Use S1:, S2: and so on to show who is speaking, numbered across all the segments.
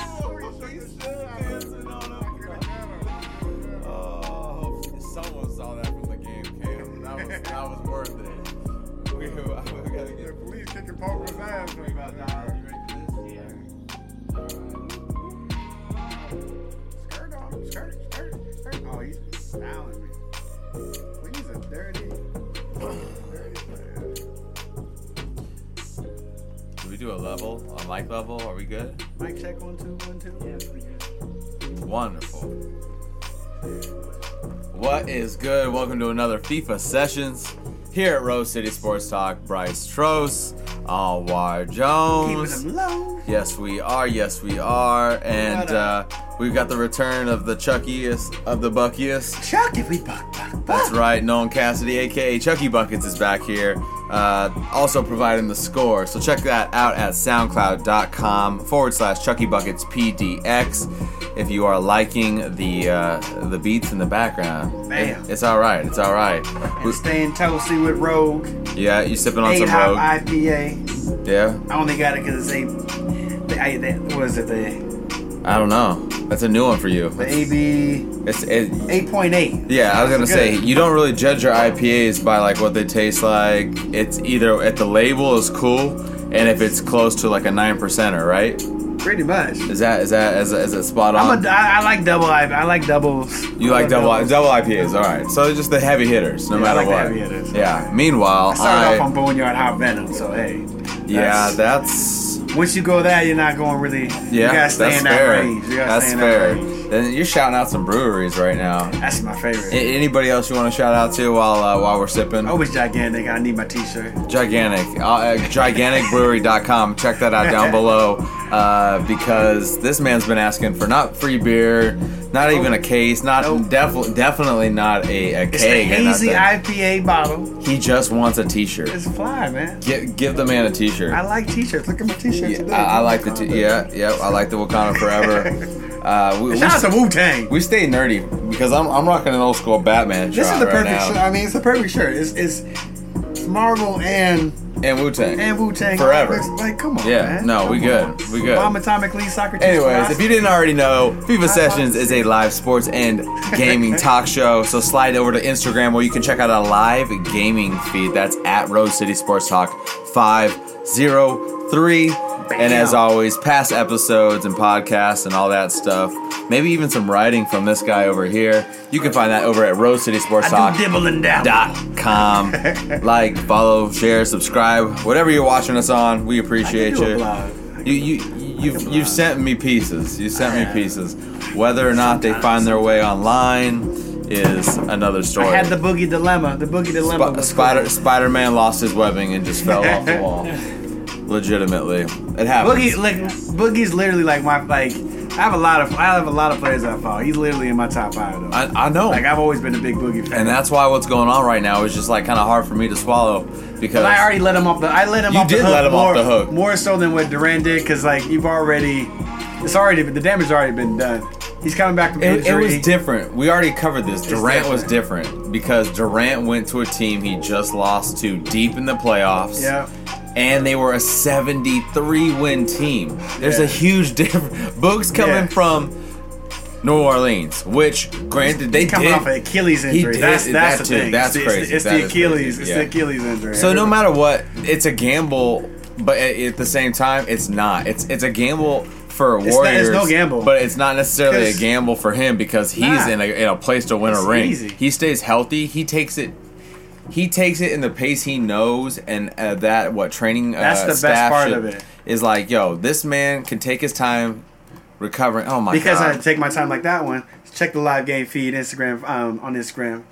S1: Oh,
S2: Pope resigns from Skirt on, skirt, skirt, skirt. Oh, he's styling me. Well, he's a dirty, dirty player.
S1: Do we do a level, a mic level? Are we good?
S2: Mic check one two one two.
S3: Yeah, it's pretty good.
S1: Wonderful. What is good? Welcome to another FIFA Sessions here at Rose City Sports Talk. Bryce Trost, Alwar
S2: Keeping
S1: Jones.
S2: him low.
S1: Yes, we are. Yes, we are. And
S2: What
S1: uh, we've got the return of the Chuckiest of the Buckiest.
S2: Chuck if we buck buck buck.
S1: That's right. Nolan Cassidy, aka Chucky Buckets, is back here, uh, also providing the score. So check that out at soundcloud.com forward slash Chucky Buckets PDX. If you are liking the uh, the beats in the background,
S2: Bam.
S1: It- it's all right. It's all right.
S2: And staying toasty with Rogue.
S1: Yeah, you sipping on
S2: Eight
S1: some
S2: hop
S1: rogue.
S2: IPA.
S1: yeah,
S2: I only got it because it's a. The, I, that, what is it? The,
S1: I don't know. That's a new one for you.
S2: the AB
S1: It's it,
S2: 8.8.
S1: Yeah, I was gonna
S2: Good.
S1: say you don't really judge your IPAs by like what they taste like. It's either at the label is cool, and if it's close to like a nine percenter, right?
S2: Pretty much.
S1: Is that is that is, is it spot
S2: I'm
S1: on?
S2: a, I, I like double I, I like doubles.
S1: you
S2: I
S1: like double double IPAs, all right? So just the heavy hitters, no
S2: Yeah, I
S1: matter
S2: like the
S1: what.
S2: heavy hitters.
S1: Yeah. Meanwhile, I,
S2: I started off on Boneyard Hot Venom, so hey.
S1: yeah,
S2: that's-
S1: that's
S2: once you go there, you're not going really.
S1: yeah,
S2: you gotta stay
S1: that's
S2: in that
S1: fair.
S2: range. You gotta
S1: that's
S2: stay in
S1: fair.
S2: That range.
S1: Then you're shouting out some breweries right now.
S2: That's my favorite.
S1: A- anybody else you want to shout out to while uh, while we're sipping?
S2: oh, it's gigantic. I need my T-shirt.
S1: Gigantic. Uh, Uh, giganticbrewery.com. Check that out down below uh, because this man's been asking for not free beer, not even a case, not
S2: Oh. Nope.
S1: defi- definitely not a, a
S2: It's the
S1: keg. or
S2: hazy
S1: nothing.
S2: IPA bottle.
S1: he just wants a t shirt.
S2: It's fly, man.
S1: Give, give the man a t shirt.
S2: I like T-shirts. Look at my T-shirt
S1: Yeah,
S2: today.
S1: I, I like the t- yeah yeah I like the Wakanda forever. Uh, we, we,
S2: Shout out to Wu Tang.
S1: we stay nerdy because I'm, I'm rocking an old school Batman
S2: This is
S1: shirt
S2: the
S1: right
S2: perfect
S1: now.
S2: shirt. I mean, it's the perfect shirt. It's it's, it's Marvel and
S1: and Wu Tang
S2: and Wu Tang
S1: forever.
S2: Like, come on,
S1: Yeah,
S2: man.
S1: no, we
S2: Come
S1: good.
S2: on.
S1: We good.
S2: Mom Atomic Lee Socrates.
S1: Anyways,
S2: Christ.
S1: if you didn't already know, FIFA Sessions is a live sports and gaming talk show. So slide over to Instagram where you can check out a live gaming feed. That's at Rose City Sports Talk 503. And as always, past episodes and podcasts and all that stuff. Maybe even some writing from this guy over here. You can find that over at Rose City Sports
S2: I
S1: Talk
S2: do dibble and dabble.
S1: dot com. like, follow, share, subscribe, whatever you're watching us on. We appreciate
S2: do a
S1: you.
S2: blog.
S1: You you you've you've sent me pieces. You sent me pieces. Whether or not they find their way online is another story.
S2: I had the boogie dilemma. The boogie dilemma.
S1: Sp-
S2: was
S1: Spider Spider Man lost his webbing and just fell off the wall. Legitimately, it
S2: cool.
S1: happens.
S2: Boogie, like Boogie's literally like my like. I have a lot of I have a lot of players I follow. He's literally in my top five though.
S1: I, I know.
S2: like I've always been a big Boogie fan.
S1: and that's why what's going on right now is just like kind of hard for me to swallow because
S2: But I already let him off the. I let him.
S1: You
S2: off the
S1: did
S2: hook
S1: let him
S2: more,
S1: off the hook.
S2: more so than what Duran did, because like you've already, it's already the damage's already been done. He's coming back from
S1: It, it
S2: injury.
S1: was different. We already covered this. Durant was different because Durant went to a team he just lost to deep in the playoffs.
S2: Yeah.
S1: And they were a 73 win team. There's a
S2: Yeah.
S1: huge difference. Book's coming
S2: Yeah.
S1: from New Orleans, which granted they
S2: coming
S1: did.
S2: off an Achilles
S1: He
S2: injury.
S1: did
S2: That's
S1: it-
S2: that's
S1: that
S2: the
S1: too.
S2: thing. it's,
S1: That's
S2: the-
S1: crazy.
S2: It's, the-
S1: That
S2: it's
S1: is
S2: the Achilles.
S1: crazy.
S2: It's
S1: Yeah.
S2: the Achilles injury.
S1: So no matter what, it's a gamble, but at, at the same time, it's not. It's it's a gamble for
S2: it's
S1: Warriors.
S2: no gamble.
S1: but it's not necessarily a
S2: 'Cause-
S1: gamble for him because he's
S2: Nah.
S1: in, a, in a place to win a
S2: It's
S1: ring.
S2: easy.
S1: He stays healthy. He takes it. He takes it in the pace he knows, and uh, that what training. Uh,
S2: That's the best
S1: staff
S2: part
S1: should-
S2: of it.
S1: Is like, yo, this man can take his time recovering. Oh my
S2: because I
S1: god!
S2: had to take my time like that one. Check the live game feed Instagram um, on Instagram.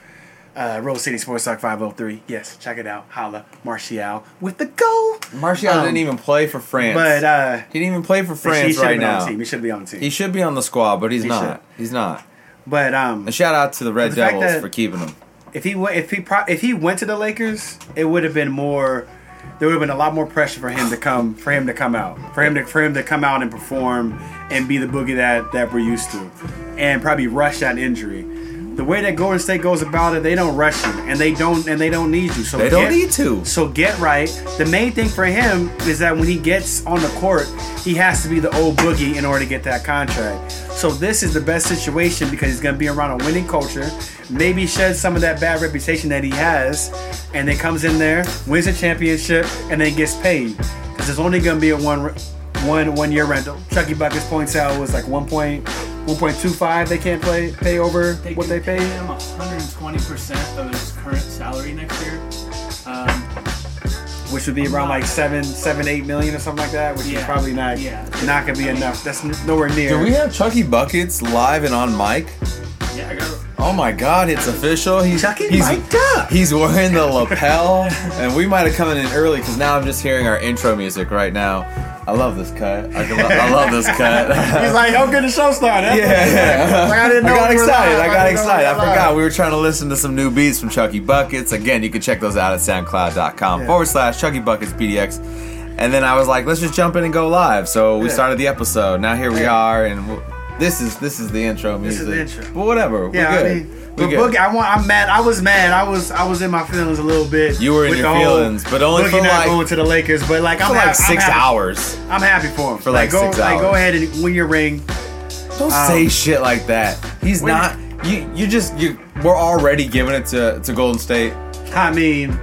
S2: Uh, Rose City Sports Talk 503. Yes, check it out. Holla Martial with the goal.
S1: Martial
S2: Um,
S1: didn't even play for France.
S2: But uh,
S1: he didn't even play for
S2: he
S1: France
S2: should
S1: right
S2: be on
S1: now.
S2: the team. He should be on the team.
S1: He should be on the squad, but he's
S2: He
S1: not.
S2: should.
S1: He's not.
S2: but um,
S1: And shout out to the Red
S2: The fact
S1: Devils
S2: that-
S1: for keeping him.
S2: if he went, if he pro- if he went to the Lakers, it would have been more. There would have been a lot more pressure for him to come for him to come out for him to for him to come out and perform and be the boogie that that we're used to, and probably rush that injury. The way that Golden State goes about it, they don't rush you, and they don't and they don't need you. So
S1: They don't need to.
S2: So get right. The main thing for him is that when he gets on the court, he has to be the old boogie in order to get that contract. So this is the best situation because he's going to be around a winning culture. maybe sheds some of that bad reputation that he has, and then comes in there, wins the championship, and then gets paid. Because it's only going to be a one, re- one, one year rental. Chucky Buckets points out was like one point, 1.25 they can't play, pay over
S3: They
S2: what
S3: can
S2: they paid.
S3: pay him 120 percent of his current salary next year. Um,
S2: which would be around like seven, seven, eight million or something like that, which is
S3: Yeah.
S2: probably not
S3: Yeah.
S2: not gonna be enough. That's n- nowhere near.
S1: Do we have Chucky Buckets live and on mic?
S3: yeah, I got.
S1: Oh my God, it's official. He's
S2: Chucky
S1: he's,
S2: mic'd up.
S1: He's wearing the lapel, and we might have come in early because now I'm just hearing our intro music right now. I love this cut. I, can lo- I love this cut.
S2: He's like, "How good the show started?"
S1: Yeah, yeah.
S2: Like, I didn't know
S1: got
S2: we were
S1: excited.
S2: live.
S1: I
S2: I didn't know
S1: got
S2: we
S1: excited. I
S2: were live.
S1: forgot. We were trying to listen to some new beats from Chucky Buckets. Again, you can check those out at soundcloud.com
S2: Yeah.
S1: forward slash Chucky Buckets PDX. And then I was like, let's just jump in and go live. So we
S2: Yeah.
S1: started the episode. Now here we
S2: Yeah.
S1: are, and w this is this is the intro
S2: This
S1: music.
S2: is the intro.
S1: But whatever.
S2: Yeah,
S1: we're good.
S2: I mean,
S1: We're
S2: but
S1: good.
S2: Boogie, I want. I'm mad. I was mad. I was. I was in my feelings a little bit.
S1: You were in
S2: with
S1: your
S2: the whole
S1: feelings, but only
S2: Boogie
S1: for
S2: not
S1: like-
S2: going to the Lakers. But like, I'm
S1: for
S2: hap-
S1: like
S2: I'm
S1: 6
S2: happy-
S1: hours.
S2: I'm happy for him.
S1: For, like,
S2: go,
S1: six
S2: Like, go
S1: hours.
S2: ahead and win your ring.
S1: Don't
S2: Um,
S1: say shit like that. He's
S2: when-
S1: not. You you just you. We're already giving it to to Golden State.
S2: I mean,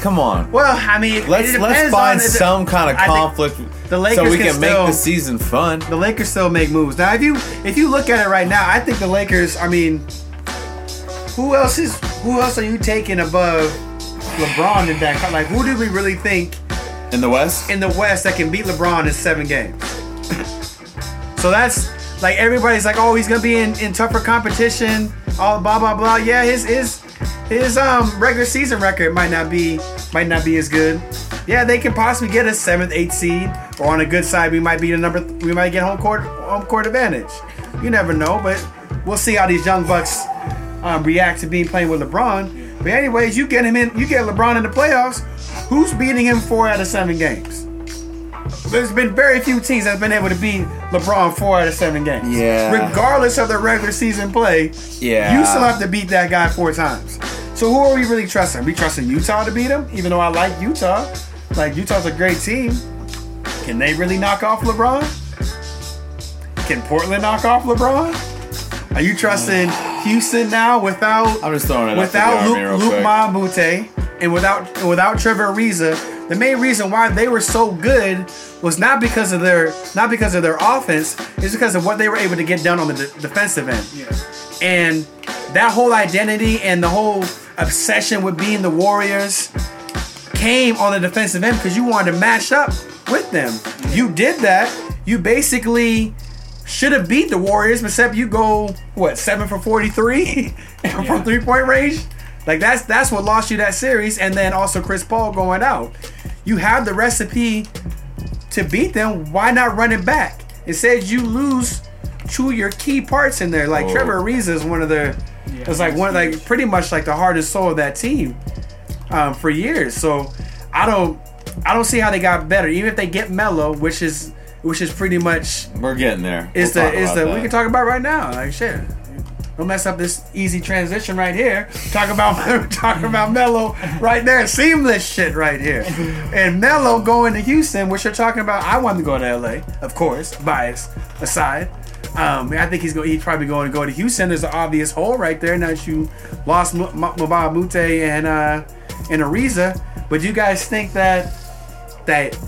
S1: Come on.
S2: well, I mean,
S1: Let's
S2: it
S1: let's
S2: depends
S1: find
S2: on- it-
S1: some kind of
S2: I think
S1: conflict
S2: the
S1: so
S2: Lakers
S1: we
S2: can
S1: can, make
S2: still-
S1: the season fun.
S2: the Lakers still make moves. Now, if you if you look at it right now, I think the Lakers. I mean, who else is who else are you taking above LeBron in that? Like, who do we really think
S1: In the West,
S2: in the West that can beat LeBron in seven games? so that's like everybody's like, oh, he's gonna be in, in tougher competition. All blah blah blah. Yeah, his his his um regular season record might not be might not be as good. Yeah, they can possibly get a seventh, eighth seed, or on a good side, we might be the number. We might get home court home court advantage. You never know, but we'll see how these young bucks um, react to being playing with LeBron. But anyways, you get him in. You get LeBron in the playoffs. Who's beating him four out of seven games? There's been very few teams that's been able to beat LeBron four out of seven games.
S1: Yeah.
S2: Regardless of their regular season play,
S1: Yeah.
S2: you still have to beat that guy four times. So who are we really trusting? We trusting Utah to beat him, even though I like Utah. Like Utah's a great team. Can they really knock off LeBron? Can Portland knock off LeBron? Are you trusting Houston now without
S1: I'm just throwing it
S2: without
S1: up to the army real
S2: Luke, Luke
S1: quick.
S2: Mabute and without and without Trevor Ariza, the main reason why they were so good was not because of their not because of their offense, it's because of what they were able to get done on the de- defensive end.
S3: Yeah.
S2: And that whole identity and the whole obsession with being the Warriors came on the defensive end because you wanted to mash up with them. You did that. You basically should have beat the Warriors, except you go what seven for forty-three from three-point range. Like that's that's what lost you that series, and then also Chris Paul going out. You have the recipe to beat them. Why not run it back? It says you lose two of your key parts in there. Like
S1: Oh.
S2: Trevor Ariza is one of the,
S3: Yeah,
S2: it's like
S3: that's
S2: one of like
S3: huge.
S2: pretty much like the hardest soul of that team um, for years. So I don't I don't see how they got better. Even if they get Mello, which is which is pretty much
S1: we're getting there.
S2: is
S1: We'll
S2: the is
S1: talk
S2: the
S1: about
S2: we can
S1: that.
S2: talk about right now. Like shit. Don't mess up this easy transition right here. Talk about talking about Mello right there. Seamless shit right here. And Mello going to Houston, which you're talking about. I want him to go to LA, of course, bias aside. Um, I think he's going. He's probably going to go to Houston. There's an obvious hole right there now that you lost M- M- Mabah Mute and uh, and Ariza. But do you guys think that that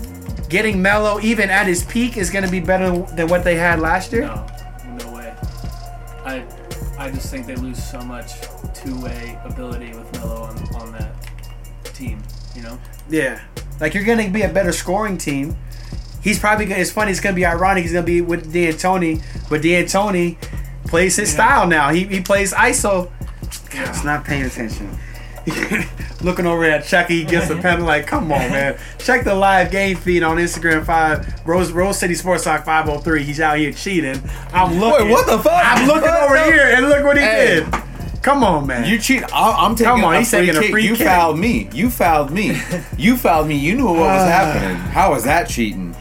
S2: getting Mello even at his peak is going to be better than what they had last year?
S3: No, no way. I, I just think they lose so much two-way ability with Melo on, on that team. You know.
S2: Yeah. Like you're gonna be a better scoring team. He's probably gonna it's funny, it's gonna be ironic, he's gonna be with D'Antoni, but D'Antoni plays his style now. He, he plays ISO. God, it's not paying attention. Looking over at Chucky, he gets a penalty. Like, come on, man! Check the live game feed on Instagram Five Rose Rose City Sports Talk Five Hundred Three. He's out here cheating. I'm looking.
S1: Wait, what the fuck?
S2: I'm looking
S1: What
S2: over
S1: the-
S2: here, and look what he
S1: Hey.
S2: did. Come on, man!
S1: You cheat. I- I'm taking.
S2: Come on,
S1: a
S2: he's
S1: free
S2: taking a
S1: kick.
S2: free
S1: You
S2: kick.
S1: fouled me. You fouled me. you fouled me. You knew what was
S2: Ah.
S1: happening. How was that cheating?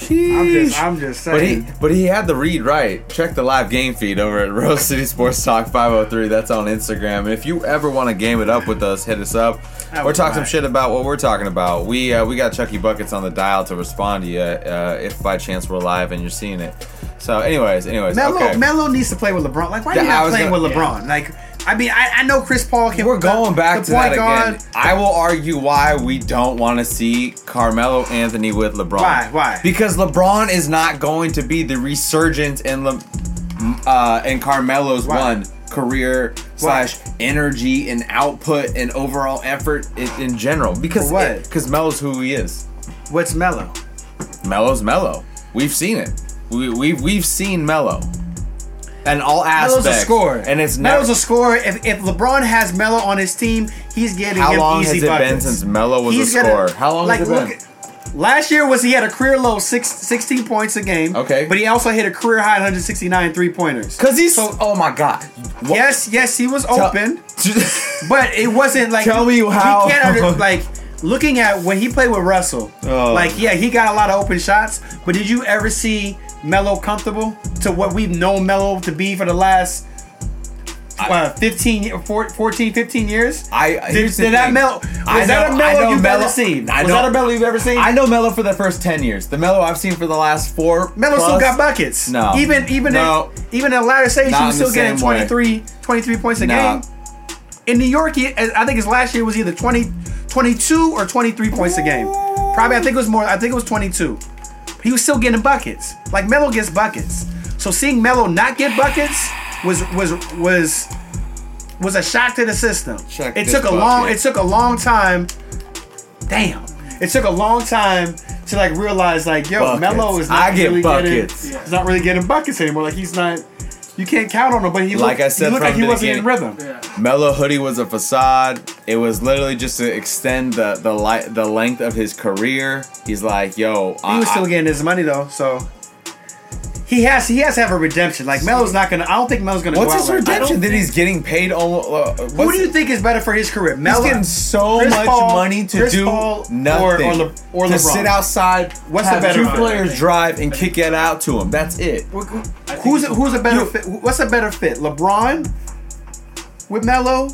S2: I'm
S1: Sheesh.
S2: just, I'm just
S1: But he,
S2: saying.
S1: but he had the read right. Check the live game feed over at Rose City Sports Talk 503. That's on Instagram. And if you ever want to game it up with us, hit us up
S2: That
S1: or
S2: was
S1: talk some
S2: mine.
S1: shit about what we're talking about. We uh, we got Chucky Buckets on the dial to respond to you uh, if by chance we're live and you're seeing it. So, anyways, anyways,
S2: Melo
S1: okay.
S2: Melo needs to play with LeBron. Like, why are
S1: Yeah,
S2: you
S1: I
S2: not
S1: was
S2: playing
S1: gonna-
S2: with LeBron? Like, I mean, I, I know Chris Paul can.
S1: We're going back
S2: the
S1: to that
S2: point guard-
S1: again. I will argue why we don't want to see Carmelo Anthony with LeBron.
S2: Why? Why?
S1: Because LeBron is not going to be the resurgence in Le, uh, in Carmelo's
S2: Why?
S1: one career slash energy and output and overall effort in, in general. Because
S2: For what?
S1: Because Melo's who he is.
S2: What's Mello?
S1: Melo's Melo. We've seen it. We, we've we've seen Melo. And all aspects.
S2: Melo's a scorer,
S1: And it's never.
S2: Melo's a scorer. If, if LeBron has Mello on his team, he's getting
S1: How
S2: him
S1: long
S2: easy
S1: has it
S2: buckets.
S1: been since Melo was
S2: He's
S1: a
S2: gonna-
S1: scorer? How long has it been?
S2: at- last year was he had a career low six, 16 points a game.
S1: Okay.
S2: but he also hit a career high 169 three pointers.
S1: Cause he's oh my god. What-
S2: Yes, yes, he was
S1: Tell-
S2: open. But it wasn't like
S1: Tell me
S2: we
S1: how-
S2: can't under, like looking at when he played with Russell.
S1: Oh.
S2: Like yeah, he got a lot of open shots, but did you ever see Melo comfortable to what we've known Melo to be for the last uh, 15 or 14 15 years?
S1: I
S2: did,
S1: here's the
S2: did that
S1: thing.
S2: Melo was
S1: I
S2: that a
S1: know- I
S2: Melo
S1: know
S2: you've
S1: Melo-
S2: ever seen?
S1: I
S2: was
S1: know-
S2: that a Melo you've ever seen?
S1: I know Melo for the first ten years. The Melo I've seen for the last four.
S2: Melo still
S1: plus-
S2: got buckets.
S1: No.
S2: Even even
S1: No.
S2: in, even in the latter stage,
S1: Not
S2: he was
S1: in the
S2: still getting
S1: same way.
S2: 23, 23 points a
S1: No.
S2: game. In New York, he, I think his last year was either 20, 22 or 23 points a game. Probably, I think it was more, I think it was 22. He was still getting buckets. Like Melo gets buckets. So seeing Melo not get buckets was was was was a shock to the system.
S1: Check
S2: it
S1: this
S2: took a long
S1: bucket.
S2: it took a long time. Damn. It took a long time to like realize like yo
S1: Buckets.
S2: Melo is not
S1: I get
S2: really
S1: buckets.
S2: getting
S3: Yeah.
S2: he's not really getting buckets anymore. Like he's not you can't count on him, but he
S1: Like
S2: looked,
S1: I said
S2: he looked
S1: from
S2: like he
S1: the
S2: wasn't in
S1: beginning.
S2: rhythm.
S3: Yeah.
S1: Melo hoodie was a facade. It was literally just to extend the the li- the length of his career. He's like, yo,
S2: He was still getting his money though, so he has he has to have a redemption. Like Melo's not gonna I don't think Melo's gonna
S1: What's
S2: go
S1: his
S2: out like- I don't
S1: redemption? That
S2: think-
S1: he's getting paid almost. Uh,
S2: Who
S1: what's-
S2: do you think is better for his career? Melo
S1: He's getting so
S2: Chris
S1: much
S2: Paul-
S1: money to
S2: Chris
S1: do
S2: Paul or-
S1: nothing.
S2: or Le- or
S1: to
S2: LeBron.
S1: sit outside,
S2: What's the
S1: have
S2: better
S1: two
S2: fit?
S1: players drive and kick it out to him. That's it.
S3: think
S2: Who's
S3: it's
S2: who's a better
S1: You-
S2: fit? What's a better fit? LeBron with Melo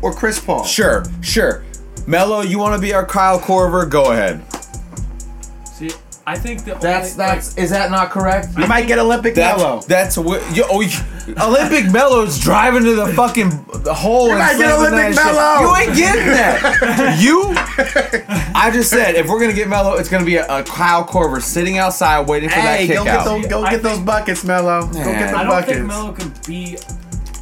S2: or Chris Paul?
S1: Sure, sure. Melo, you want to be our Kyle Corver? Go ahead.
S3: See, I think the
S1: That's
S3: only,
S1: that's is that not correct?
S2: You might get Olympic
S1: That's
S2: Melo.
S1: that's what yo, oh, you- Olympic Melo's driving to the fucking hole. and
S2: might get
S1: slamming
S2: Olympic
S1: that shit.
S2: Melo.
S1: You ain't getting that. you. I just said if we're gonna get Melo, it's gonna be a, a Kyle Corver sitting outside waiting for
S2: Hey,
S1: that
S2: go
S1: kick
S2: get
S1: out.
S2: those, go
S3: I
S2: get those
S3: think-
S2: buckets, Melo. Go
S1: Man.
S2: get
S1: I
S2: the
S3: I don't
S2: buckets.
S3: think Melo can be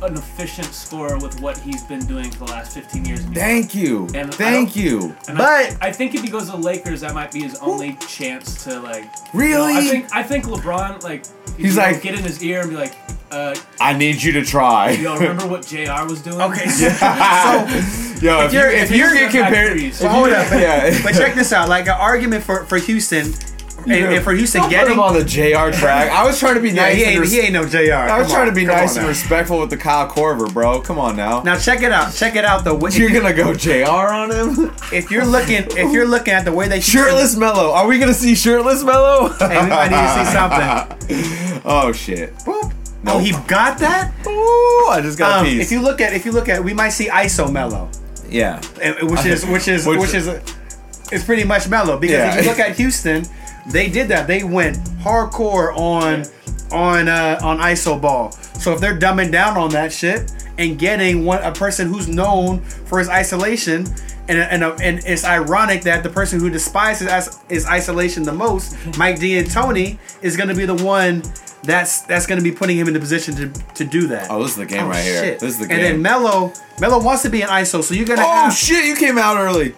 S3: an efficient scorer with what he's been doing for the last 15 years. in New York.
S1: Thank you.
S3: And I
S1: Thank
S3: don't-
S1: you.
S3: And
S2: But-
S3: I, I think if he goes to the Lakers, that might be his only chance to like.
S1: Really?
S3: I think I think LeBron like
S1: He's
S3: you know,
S1: like-
S3: get in his ear and be like, uh,
S1: I need you to try.
S3: yo, remember what Jr. was doing?
S2: Okay, so,
S1: Yo,
S2: you're-
S1: if, you're if
S2: if
S1: you're
S3: you're
S1: getting
S3: back
S1: compared,
S3: threes.
S1: if you-
S2: Hold up.
S1: yeah.
S2: but check this out. Like an argument for for Houston, and, and for Houston
S1: Don't put
S2: getting.
S1: him on the Jr. track. I was trying to be
S2: Yeah,
S1: nice.
S2: he
S1: and
S2: ain't,
S1: res-
S2: he ain't no Jr.
S1: I
S2: Come
S1: was
S2: on,
S1: trying to be
S2: come on
S1: nice and
S2: now.
S1: respectful with the Kyle Corver, bro. Come on now.
S2: Now check it out. Check it out. The way,
S1: You're gonna go Jr. on him?
S2: if you're looking if you're looking at the way they
S1: Shirtless Mello. Are we gonna see shirtless Mello?
S2: Hey, we might need to see something.
S1: oh shit.
S2: Boop. Oh,
S1: Nope.
S2: he got that.
S1: Ooh, I just got
S2: Um,
S1: a piece.
S2: if you look at if you look at, we might see ISO Mello.
S1: yeah.
S2: And- which is which is
S1: Which-
S2: which, is it's pretty much mellow because
S1: Yeah.
S2: if you look at Houston, they did that. They went hardcore on on uh, on ISO ball. So if they're dumbing down on that shit and getting one a person who's known for his isolation. And, and, and it's ironic that the person who despises is, is isolation the most, Mike D'Antoni, is going to be the one that's that's going to be putting him in the position to, to do that.
S1: Oh, this is the game
S2: Oh,
S1: right here.
S2: shit.
S1: This is the
S2: And then
S1: game.
S2: Mello, Mello wants to be an ISO, so you're gonna
S1: oh
S2: have
S1: shit, you came out early.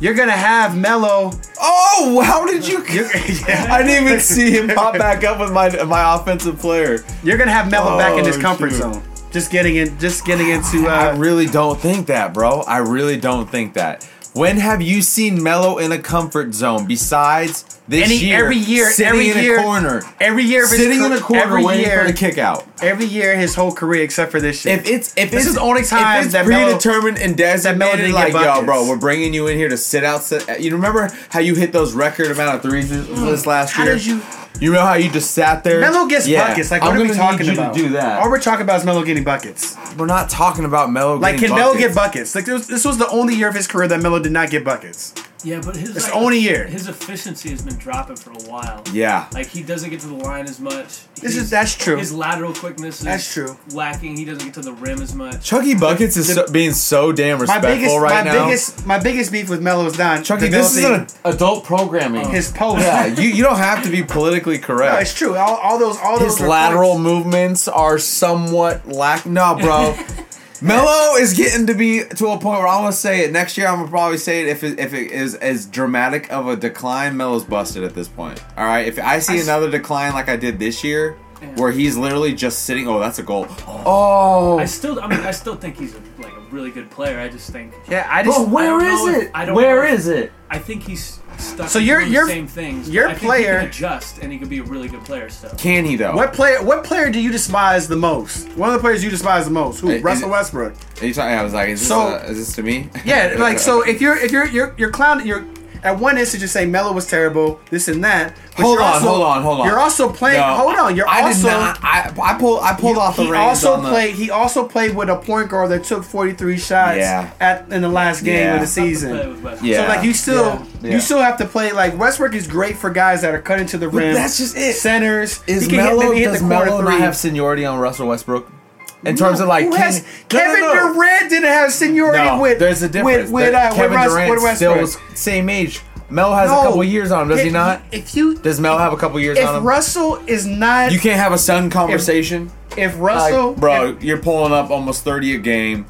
S2: you're gonna have Mello.
S1: Oh, how did you?
S2: You're, yeah.
S1: I didn't even see him pop back up with my my offensive player.
S2: You're gonna have Mello back in his
S1: Oh,
S2: comfort
S1: shoot.
S2: zone. Just getting in, just getting into.
S1: I
S2: Uh,
S1: really don't think that, bro. I really don't think that. When have you seen Mello in a comfort zone besides this
S2: any
S1: year?
S2: every year,
S1: sitting
S2: every
S1: in
S2: year,
S1: a corner,
S2: every year, of his
S1: sitting in
S2: car-
S1: a corner
S2: every
S1: waiting
S2: year,
S1: for the kick out.
S2: every year, his whole career except for this year.
S1: If it's if
S2: This
S1: it's
S2: is the only time
S1: if it's
S2: that Melo-
S1: predetermined and
S2: Melo
S1: designated,
S2: didn't
S1: like
S2: get
S1: yo,
S2: buckets.
S1: bro, we're bringing you in here to sit out. Sit, you remember how you hit those record amount of threes this, this last
S2: Mm. how
S1: year?
S2: did you?
S1: You know how you just sat there?
S2: Mello gets
S1: Yeah.
S2: buckets. Like
S1: I'm
S2: what are we
S1: gonna
S2: talking
S1: need you
S2: about?
S1: To do that.
S2: All we're talking about is Mello getting buckets.
S1: We're not talking about Mello.
S2: Like
S1: getting
S2: can Mello get
S1: buckets.
S2: buckets? Like this was, this was the only year of his career that Mello did not get buckets.
S3: Yeah, but his
S2: It's only a year.
S3: His efficiency has been dropping for a while.
S1: Yeah.
S3: Like he doesn't get to the line as much.
S2: This
S3: He's-
S2: is that's true.
S3: His lateral quickness is
S2: That's true.
S3: lacking. He doesn't get to the rim as much.
S1: Chucky Buckets is so, being so damn
S2: my
S1: respectful
S2: biggest,
S1: right
S2: my
S1: now.
S2: biggest, my biggest beef with Melo is Don
S1: Chucky, this is an
S2: developing Oh,
S1: adult programming.
S2: his post.
S1: yeah, you, you don't have to be politically
S2: No, it's
S1: correct.
S2: true. All, all those, all those
S1: His
S2: reports-
S1: lateral movements are somewhat lack. No, bro. Melo is getting to be to a point where I'm gonna say it next year. I'm gonna probably say it if it, if it is as dramatic of a decline. Melo's busted at this point. All right, if I see
S2: I s-
S1: another decline like I did this year,
S3: Yeah.
S1: where he's literally just sitting. Oh, that's a goal. Oh,
S3: I still, I mean, I still think he's a, like a really good player. I just think,
S2: Yeah, I just.
S4: But where
S3: I don't
S4: is
S3: know if-
S4: it?
S3: I don't
S4: Where
S3: know if-
S4: is it?
S3: I think he's stuck.
S2: So
S3: in
S2: you're-
S3: doing
S2: you're-
S3: the same things. but
S2: you're
S3: I think
S2: player-
S3: He can adjust, and he could be a really good player still.
S1: can he though?
S2: What player? What player do you despise the most? One of the players you despise the most? Who?
S1: Is- is
S2: Russell
S1: it-
S2: Westbrook.
S1: Are you talking? I was like, is this,
S2: So-
S1: uh, is this to me?
S2: Yeah, like so. If you're if you're you're you're clowning you're at one instance you're saying Melo was terrible, this and that. but
S1: Hold
S2: you're
S1: on,
S2: also-
S1: hold on, hold on.
S2: You're also playing.
S1: No,
S2: hold on, you're
S1: I
S2: also.
S1: did not. I, I pulled. I pulled off the
S2: he
S1: reins
S2: also
S1: on the.
S2: played. He also played with a point guard that took 43 shots
S1: Yeah.
S2: at in the last game
S1: Yeah.
S2: of the
S3: Tough to play
S2: season.
S3: with Westbrook.
S1: Yeah.
S2: So like you still
S1: Yeah. Yeah.
S2: you still have to play like Westbrook is great for guys that are cutting to the rim.
S1: that's just it.
S2: Centers
S1: Is
S2: he can hit-
S1: Melo
S2: maybe hit
S1: does
S2: the corner
S1: Melo
S2: three.
S1: not have seniority on Russell Westbrook? In terms of like
S2: Who
S1: can-
S2: has,
S1: No, no,
S2: Kevin
S1: no.
S2: Durant didn't have seniority
S1: No,
S2: with.
S1: there's a difference.
S2: With, with,
S1: That
S2: uh,
S1: Kevin
S2: with Russ-
S1: Durant
S2: with
S1: still
S2: Westbrook.
S1: was same age. Mel has
S2: No.
S1: a couple years on him, does he
S2: If-
S1: not?
S2: If you
S1: Does Mel have a couple years on
S2: if
S1: him?
S2: Russell is not
S1: you can't have a son conversation.
S2: if
S1: Like,
S2: Russell
S1: bro, you're pulling up almost thirty a game.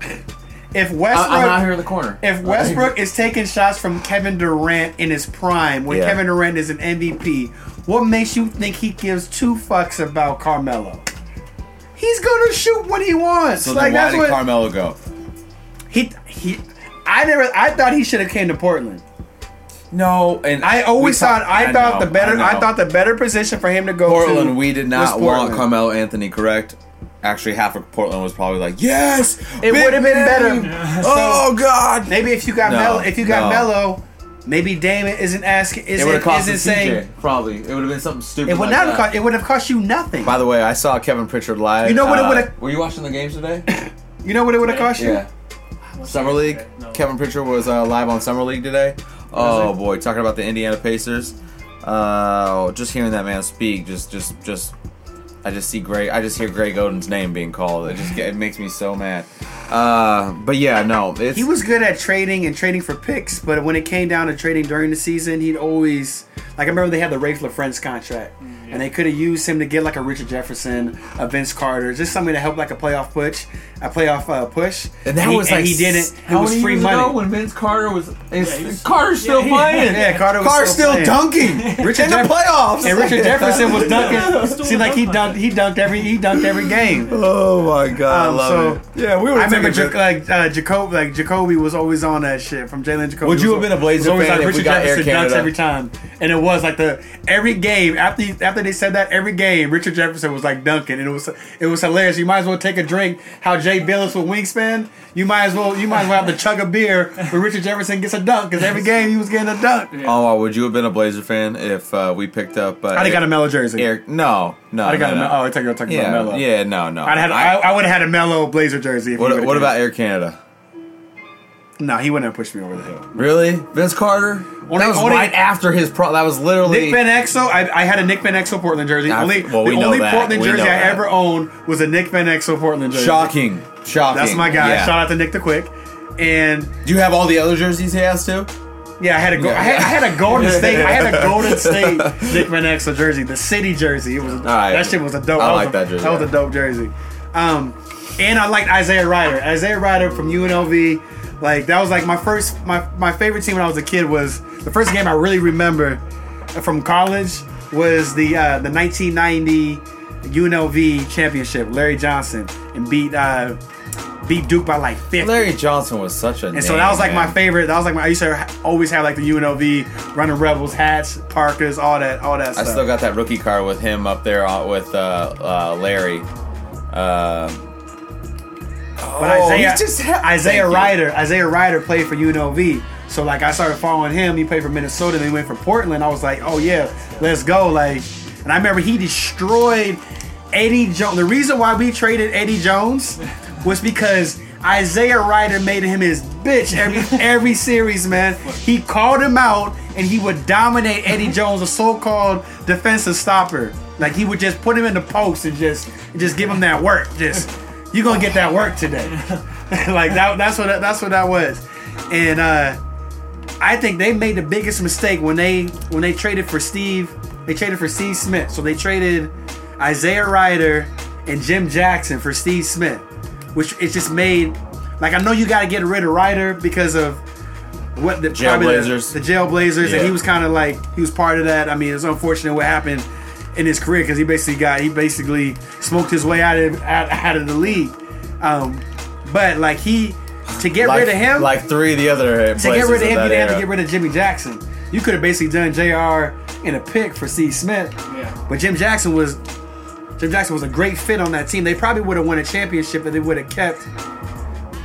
S2: if, if
S4: I, am out here
S2: Westbrook
S4: in the corner.
S2: if Westbrook is taking shots from Kevin Durant in his prime when
S1: Yeah.
S2: Kevin Durant is an MVP, what makes you think he gives two fucks about Carmelo? He's gonna shoot what he wants.
S1: So
S2: like
S1: then why
S2: that's
S1: did
S2: what
S1: Carmelo go?
S2: he he. I never. I thought he should have came to Portland.
S1: No, and
S2: I always
S1: we
S2: thought.
S1: talked-
S2: I, thought
S1: know,
S2: the better. I,
S1: know.
S2: thought the better position for him to go to
S1: Portland, we did not
S2: was
S1: want
S2: Portland.
S1: Carmelo Anthony, correct? Actually, half of Portland was probably like, yes,
S2: It
S1: big
S2: would've been
S1: man.
S2: better.
S1: Oh God,
S2: Maybe if you got
S1: No,
S2: Melo, if you
S1: no.
S2: got Mello, maybe Damon isn't asking.
S4: it
S2: Isn't,
S4: would have cost
S2: isn't
S4: us
S2: saying
S4: CJ, probably. It would have been something stupid.
S2: it
S4: like
S2: would not
S4: that.
S2: have cost. It would have cost you nothing.
S1: By the way, I saw Kevin Pritchard live. Uh,
S2: You know what it would've-
S4: Were you watching the games today?
S2: You know what it would have cost you?
S4: yeah.
S3: What's
S1: Summer
S3: that?
S1: League.
S3: No.
S1: Kevin Pritchard was uh, live on Summer League today. Oh
S3: it?
S1: boy, talking about the Indiana Pacers. Uh, just hearing that man speak, just, just, just. I just see Greg. I just hear Greg Oden's name being called. It just it makes me so mad. Uh, but yeah, no, it's
S2: He was good at trading and trading for picks, but when it came down to trading during the season, he'd always like I remember they had the Rafe LaFrance contract,
S1: Mm,
S2: and they could have used him to get like a Richard Jefferson, a Vince Carter, just something to help like a playoff push, a playoff uh, push.
S1: And that
S2: he,
S1: was, like,
S2: he didn't.
S1: s-
S2: It
S4: How
S2: was
S4: many
S2: free
S4: years ago
S2: money.
S4: when Vince Carter was, is,
S3: he was-
S4: Carter's still
S3: yeah, he-
S4: playing.
S2: Yeah, Carter was
S1: Car's still,
S2: playing.
S1: dunking
S2: Richard
S1: in the
S2: Jeff-
S1: playoffs.
S2: And Richard Jefferson was
S3: Yeah,
S2: dunking.
S3: still
S2: Seemed like he
S3: dunk like
S2: dunked. He dunked every. He dunked every game.
S1: Oh my god,
S2: Um,
S1: I love
S2: so-
S1: it. Yeah, we were.
S2: I remember Jac- like uh, Jacob, like Jacoby was always on that shit from Jalen Jacoby.
S1: Would
S2: He
S1: you
S2: was
S1: have been a
S2: al-
S1: Blazer
S2: was always
S1: fan
S2: like,
S1: if we
S2: Richard
S1: got Air
S2: Jefferson dunks
S1: Canada?
S2: every time, and it was like the every game after he- after they said that every game Richard Jefferson was like dunking, and it was it was hilarious. You might as well take a drink. How Jay Billis with wingspan, you might as well you might as well have to chug a beer when Richard Jefferson gets a dunk because every game he was getting a dunk.
S1: Oh, would you have been a Blazer fan if uh, we picked up? Uh,
S2: I'd have got a Mellow jersey.
S1: Eric, no, no.
S2: I'd have got
S1: no,
S2: a
S1: no.
S2: Mel- oh, I take you talking
S1: yeah,
S2: about Mellow.
S1: yeah, no, no.
S2: I'd had I, I would have had a Mellow Blazer jersey. If he
S1: what
S2: would've
S1: what
S2: done
S1: about
S2: it.
S1: Air Canada?
S2: No, he wouldn't have pushed me over the hill.
S1: Really, Vince Carter? that was
S2: only-
S1: right after his pro. That was literally.
S2: Nick Van Exel, I, I had a Nick Van Exel Portland jersey.
S1: I-
S2: only,
S1: well, we
S2: the
S1: know
S2: only
S1: that.
S2: Portland
S1: We
S2: jersey
S1: know
S2: I
S1: that.
S2: ever owned was a Nick Van Exel Portland jersey.
S1: shocking, shocking.
S2: That's my guy.
S1: Yeah.
S2: Shout out to Nick the Quick. And
S1: Do you have all the other jerseys he has too?
S2: yeah, I had a go-
S1: Yeah.
S2: I, had, I had a Golden State. I had a Golden State Nick Van Exel jersey, the city jersey. It was
S1: right.
S2: that shit was a dope.
S1: I
S2: was
S1: like
S2: a-
S1: that jersey.
S2: That was a dope jersey. Um, and I liked Isaiah Ryder. Isaiah Ryder from UNLV. Like that was like my first my my favorite team when I was a kid was the first game I really remember from college was the uh, the 1990 UNLV championship. Larry Johnson and beat uh, beat Duke by like 50.
S1: Larry Johnson was such a.
S2: And so that was like my favorite. That was like my. I used to ha- always have like the UNLV running rebels hats, Parkers, all that, all that
S1: I
S2: stuff.
S1: still got that rookie card with him up there uh, with uh, uh, Larry. Um,
S2: but
S1: Oh,
S2: Isaiah,
S1: he's just ha-
S2: Isaiah
S1: Thank you.
S2: Ryder, Isaiah Ryder played for UNLV. So like I started following him. He played for Minnesota. Then he went for Portland. I was like, oh yeah, let's go. Like, and I remember he destroyed Eddie Jones. The reason why we traded Eddie Jones was because Isaiah Ryder made him his bitch every every series, man. He called him out, and he would dominate Eddie Jones, a so-called defensive stopper. Like he would just put him in the post and just just give him that work. Just you gonna get that work today. like that. That's what that, that's what that was. And uh, I think they made the biggest mistake when they when they traded for Steve. They traded for Steve Smith. So they traded Isaiah Ryder and Jim Jackson for Steve Smith, which it just made like I know you got to get rid of Ryder because of what the probably the-
S1: Jailblazers.
S2: the, jailblazers,
S1: Yeah.
S2: and he was kind of like he was part of that. I mean, it's unfortunate what happened in his career because he basically got he basically smoked his way out of out, out of the league. Um, but like he to get
S1: like,
S2: rid of him,
S1: like three of the other
S2: to get rid of him, you
S1: that
S2: didn't have to
S1: era.
S2: get rid of Jimmy Jackson. You could have basically done Jr. in a pick for Steve Smith,
S3: Yeah.
S2: but Jim Jackson was Jim Jackson was a great fit on that team. They probably would have won a championship if they would have kept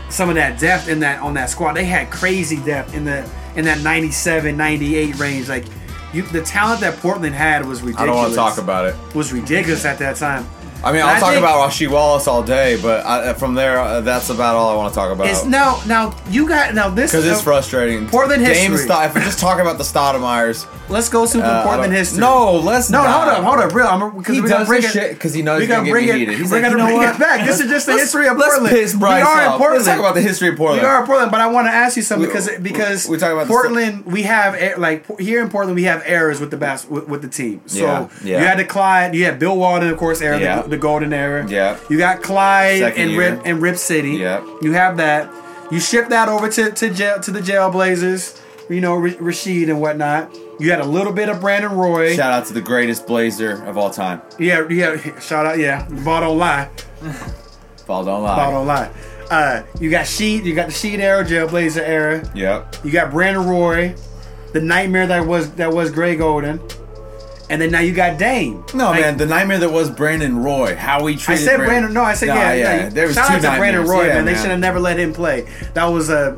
S2: some of that depth in that on that squad. They had crazy depth in the in that 97, 98 range. Like you, the talent that Portland had was ridiculous.
S1: I don't want to talk about Uh, it.
S2: was ridiculous at that time.
S1: I mean,
S2: And
S1: I'll
S2: I
S1: talk
S2: think-
S1: about Rasheed Wallace all day, but I, from there, uh, that's about all I want to talk about.
S2: It's now now you got now this
S1: Because it's frustrating.
S2: Portland history.
S1: Dame Sto- if we just talk about the Stoudemire's.
S2: Let's go through
S1: uh,
S2: the
S1: I
S2: Portland
S1: don't-
S2: history.
S1: No, let's
S2: No,
S1: not.
S2: hold up, hold up, real. I'm because
S4: He
S2: we're gonna
S4: does
S2: bring
S4: this
S2: it,
S4: shit because he knows
S2: we
S4: he's gonna
S2: gonna
S4: get
S2: bring
S4: me
S2: it.
S4: heated. He's
S2: we're
S4: like,
S2: gonna
S4: you know
S2: bring
S4: what?
S2: it back. This is just the
S1: Let's-
S2: history of
S1: let's
S2: Portland.
S1: piss Bryce
S2: we are in
S1: off.
S2: Portland.
S1: Let's talk about the history of Portland.
S2: We are in Portland, but I want to ask you something
S1: We-
S2: because because
S1: we talk about the-
S2: Portland. we have er- like Por- here in Portland, we have errors with the bas- with, with the team. So
S1: Yeah, yeah.
S2: you had the Clyde, you had Bill Walden, of course, era
S1: Yeah.
S2: the, the golden era.
S1: Yeah.
S2: you got Clyde
S1: Second
S2: and
S1: year.
S2: Rip and Rip City.
S1: Yeah.
S2: you have that. You ship that over to to jail to the Jailblazers. You know R- Rashid and whatnot. You had a little bit of Brandon Roy.
S1: Shout out to the greatest Blazer of all time.
S2: Yeah, yeah. Shout out, yeah. Ball don't lie.
S1: Fall don't lie.
S2: Ball don't lie. Uh, you got Sheet. You got the Sheet era, Jailblazer era.
S1: Yep.
S2: You got Brandon Roy, the nightmare that was that was Greg Golden, and then now you got Dame.
S1: No,
S2: Like,
S1: man, the nightmare that was Brandon Roy. How he
S2: I
S1: treated
S2: said Brandon. No, I said
S1: Nah,
S2: yeah. yeah.
S1: There was
S2: Shout
S1: two
S2: out to Brandon
S1: nightmares.
S2: Roy,
S1: Yeah,
S2: man. They should have never let him play. That was a.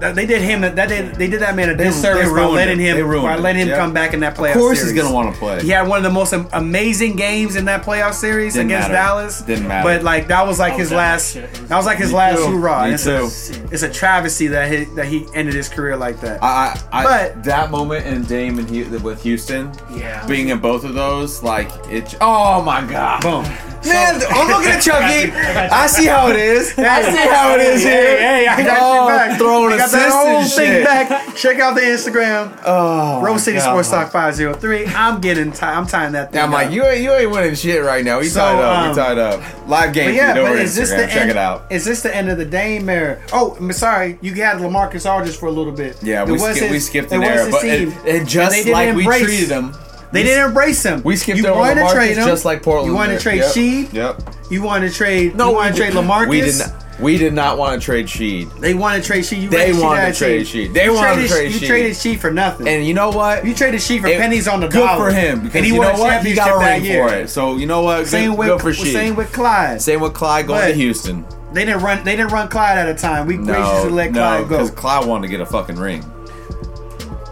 S2: that- They did him. That they they did that man a disservice by
S1: ruined
S2: letting
S1: him.
S2: him,
S1: They ruined
S2: by letting him
S1: him, yeah.
S2: come back in that playoff.
S1: Of course
S2: series.
S1: he's going to want to play.
S2: He had one of the most am- amazing games in that playoff series
S1: Didn't
S2: against
S1: matter.
S2: Dallas.
S1: Didn't matter.
S2: But like that was like
S3: Oh,
S2: his
S3: that
S2: last.
S3: shit was-
S2: That was like his
S1: Me
S2: last
S1: too.
S2: hoorah.
S1: Me
S2: It's a,
S3: too.
S2: it's a travesty that he that he ended his career like that.
S1: I, I, I,
S2: But-
S4: That moment in Dame and Hu- with Houston,
S3: Yeah.
S1: being in both of those, like, it. Oh, my God.
S2: Boom.
S1: Man, I'm looking at Chucky. I see how it is. I
S2: Hey,
S1: see how it is
S2: hey,
S1: here.
S2: Hey, I got
S1: oh,
S2: you back.
S1: Throwing
S2: I got
S1: assists
S2: that whole
S1: and
S2: thing
S1: shit.
S2: back. Check out the Instagram,
S1: Oh,
S2: Rose City
S1: God.
S2: Sports Talk 503. I'm getting tied. I'm tying that thing.
S1: Yeah, I'm like,
S2: up.
S1: you ain't, you ain't winning shit right now. We
S2: So,
S1: tied up.
S2: um,
S1: we tied up. Live game.
S2: But yeah,
S1: feed over
S2: but is this
S1: Instagram.
S2: the
S1: Check
S2: end,
S1: it out.
S2: Is this the end of the Dame era? Oh, I'm sorry, you had Lamarcus Aldridge for a little bit.
S1: Yeah,
S2: It
S1: we,
S2: was
S1: skip,
S2: his-
S1: we skipped
S2: it
S1: an
S2: was
S1: era,
S2: his
S1: but
S2: team.
S1: and, and
S2: And they
S1: just
S2: didn't
S1: like we
S2: embrace-
S1: treated them,
S2: They didn't embrace him.
S1: we skipped
S2: you
S1: over
S2: wanted
S1: Lamarcus
S2: to trade him.
S1: just like Portland.
S2: You wanted to trade
S1: did. yep.
S2: Sheed.
S1: Yep.
S2: You wanted to trade.
S1: No,
S2: you
S1: we
S2: wanted to trade
S1: did-
S2: Lamarcus.
S1: We did not. We did not want to trade Sheed.
S2: They wanted to trade Sheet. You
S1: They
S2: raised Sheet
S1: wanted
S2: out
S1: to
S2: of
S1: trade
S2: team.
S1: Sheet. They
S2: You
S1: wanted to
S2: traded-
S1: trade
S2: You
S1: Sheed.
S2: traded Sheet for nothing.
S1: And you know what?
S2: You traded Sheet for
S1: It-
S2: pennies on the
S1: good
S2: dollar.
S1: for him because
S2: and he
S1: you
S2: won
S1: know
S2: a
S1: what? He
S2: championship
S1: got a
S2: that
S1: ring
S2: year.
S1: for it. So you know what? Good-
S2: Same
S1: good,
S2: with
S1: for Sheed.
S2: same with Clyde.
S1: Same with Clyde going
S2: But-
S1: to Houston.
S2: They didn't run. They didn't run Clyde out of time. We graciously let
S1: no,
S2: Clyde
S1: because
S2: go,
S1: Clyde wanted to get a fucking ring.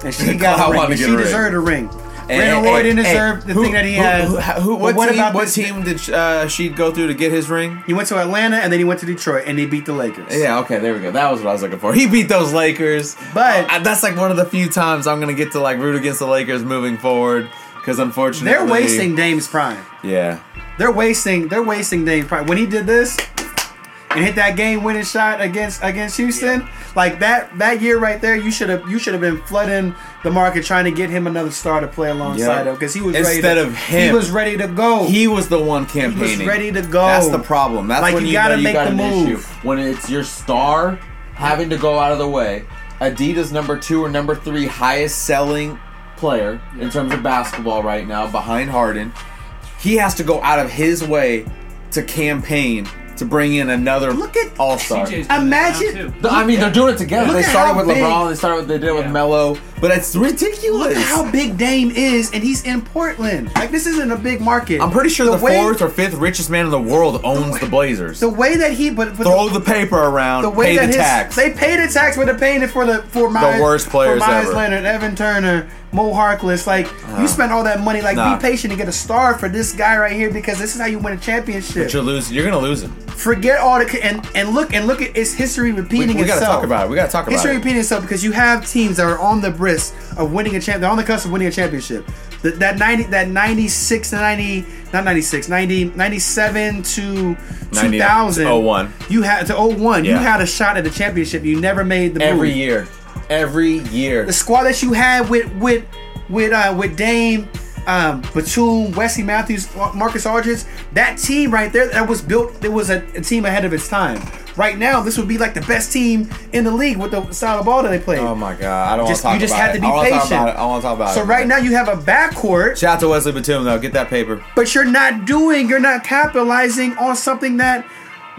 S2: and she got
S1: Clyde
S2: a
S1: wanted
S2: ring.
S1: to
S2: She
S1: get a ring.
S2: deserved a ring.
S1: And-
S2: Brandon
S1: and-
S2: Roy didn't
S1: and-
S2: deserve the
S1: who-
S2: thing that he
S1: who-
S2: had.
S1: Who, who-
S2: But
S1: what
S2: what
S1: team,
S2: about
S1: what
S2: this-
S1: team did uh, she go through to get his ring?
S2: He went to Atlanta and then he went to Detroit and he beat the Lakers.
S1: Yeah, okay, there we go. That was what I was looking for. He beat those Lakers,
S2: But-
S1: I- that's like one of the few times I'm gonna get to like root against the Lakers moving forward because unfortunately
S2: They're wasting Dame's prime.
S1: Yeah,
S2: They're wasting. They're wasting Dame's prime. When he did this and hit that game winning shot against against Houston, like that that year right there, you should have you should have been flooding the market trying to get him another star to play alongside
S1: Yeah.
S2: of because he was
S1: Instead
S2: ready to,
S1: of him.
S2: he was ready to go.
S1: he was the one campaigning.
S2: ready to go.
S1: That's the problem. That's
S2: Like,
S1: when
S2: you
S1: you,
S2: gotta
S1: know you
S2: make
S1: got
S2: the
S1: an
S2: move.
S1: issue.
S4: when it's your star having to go out of the way, Adidas number two or number three highest selling player in terms of basketball right now behind Harden.
S1: He has to go out of his way to campaign to bring in another
S2: Look at-
S1: All Star.
S3: TJ's doing it now,
S2: Imagine-
S3: too.
S4: No, I mean, they're doing it together.
S2: Look
S4: they
S2: at
S4: started
S2: how
S4: with
S2: big-
S4: LeBron. They started. With, they did it with
S3: Yeah.
S4: Melo.
S1: But it's
S2: Look
S1: ridiculous.
S2: at how big Dame is, and he's in Portland. Like this isn't a big market.
S1: I'm pretty sure the,
S2: way,
S1: fourth or fifth richest man in the world owns the Blazers.
S2: the way that he, but, but
S1: Throw
S2: the,
S1: the paper around,
S2: the way
S1: pay
S2: that
S1: the
S2: his
S1: tax.
S2: they paid the tax, but they paying it for the for Myers,
S1: worst players
S2: for Myers
S1: ever. Uh-huh.
S2: Leonard, Evan Turner, Mo Harkless. Like you spent all that money. Like
S1: nah.
S2: be patient and get a star for this guy right here because this is how you win a championship.
S1: You're losing. You're gonna lose him.
S2: Forget all the and and look and look at it's history
S1: We,
S2: repeating
S1: we gotta
S2: itself.
S1: talk about it. We gotta talk about
S2: History
S1: it.
S2: repeating itself because you have teams that are on the brisk of winning a champ. They're on the cusp of winning a championship. That, that ninety, that ninety six to ninety, not 96, 90, 97 to two
S1: 90
S2: thousand.
S1: to 01.
S2: You had to 01, You
S1: Yeah.
S2: had a shot at the championship. You never made the
S4: Every
S2: move.
S4: year. Every year.
S2: The squad that you had with with with uh, with Dame, um, Batum, Wesley Matthews, uh, Marcus Aldridge. That team right there that was built. It was a, a team ahead of its time. Right now, this would be like the best team in the league with the style of ball that they play.
S1: Oh my god, I don't want
S2: Just-
S1: to talk about it.
S2: you just had to be
S1: I wanna talk about
S2: patient.
S1: it. I want to talk about it.
S2: So right now you have a backcourt,
S1: shout out to Wesley Batum though. Get that paper.
S2: but you're not doing, you're not capitalizing on something that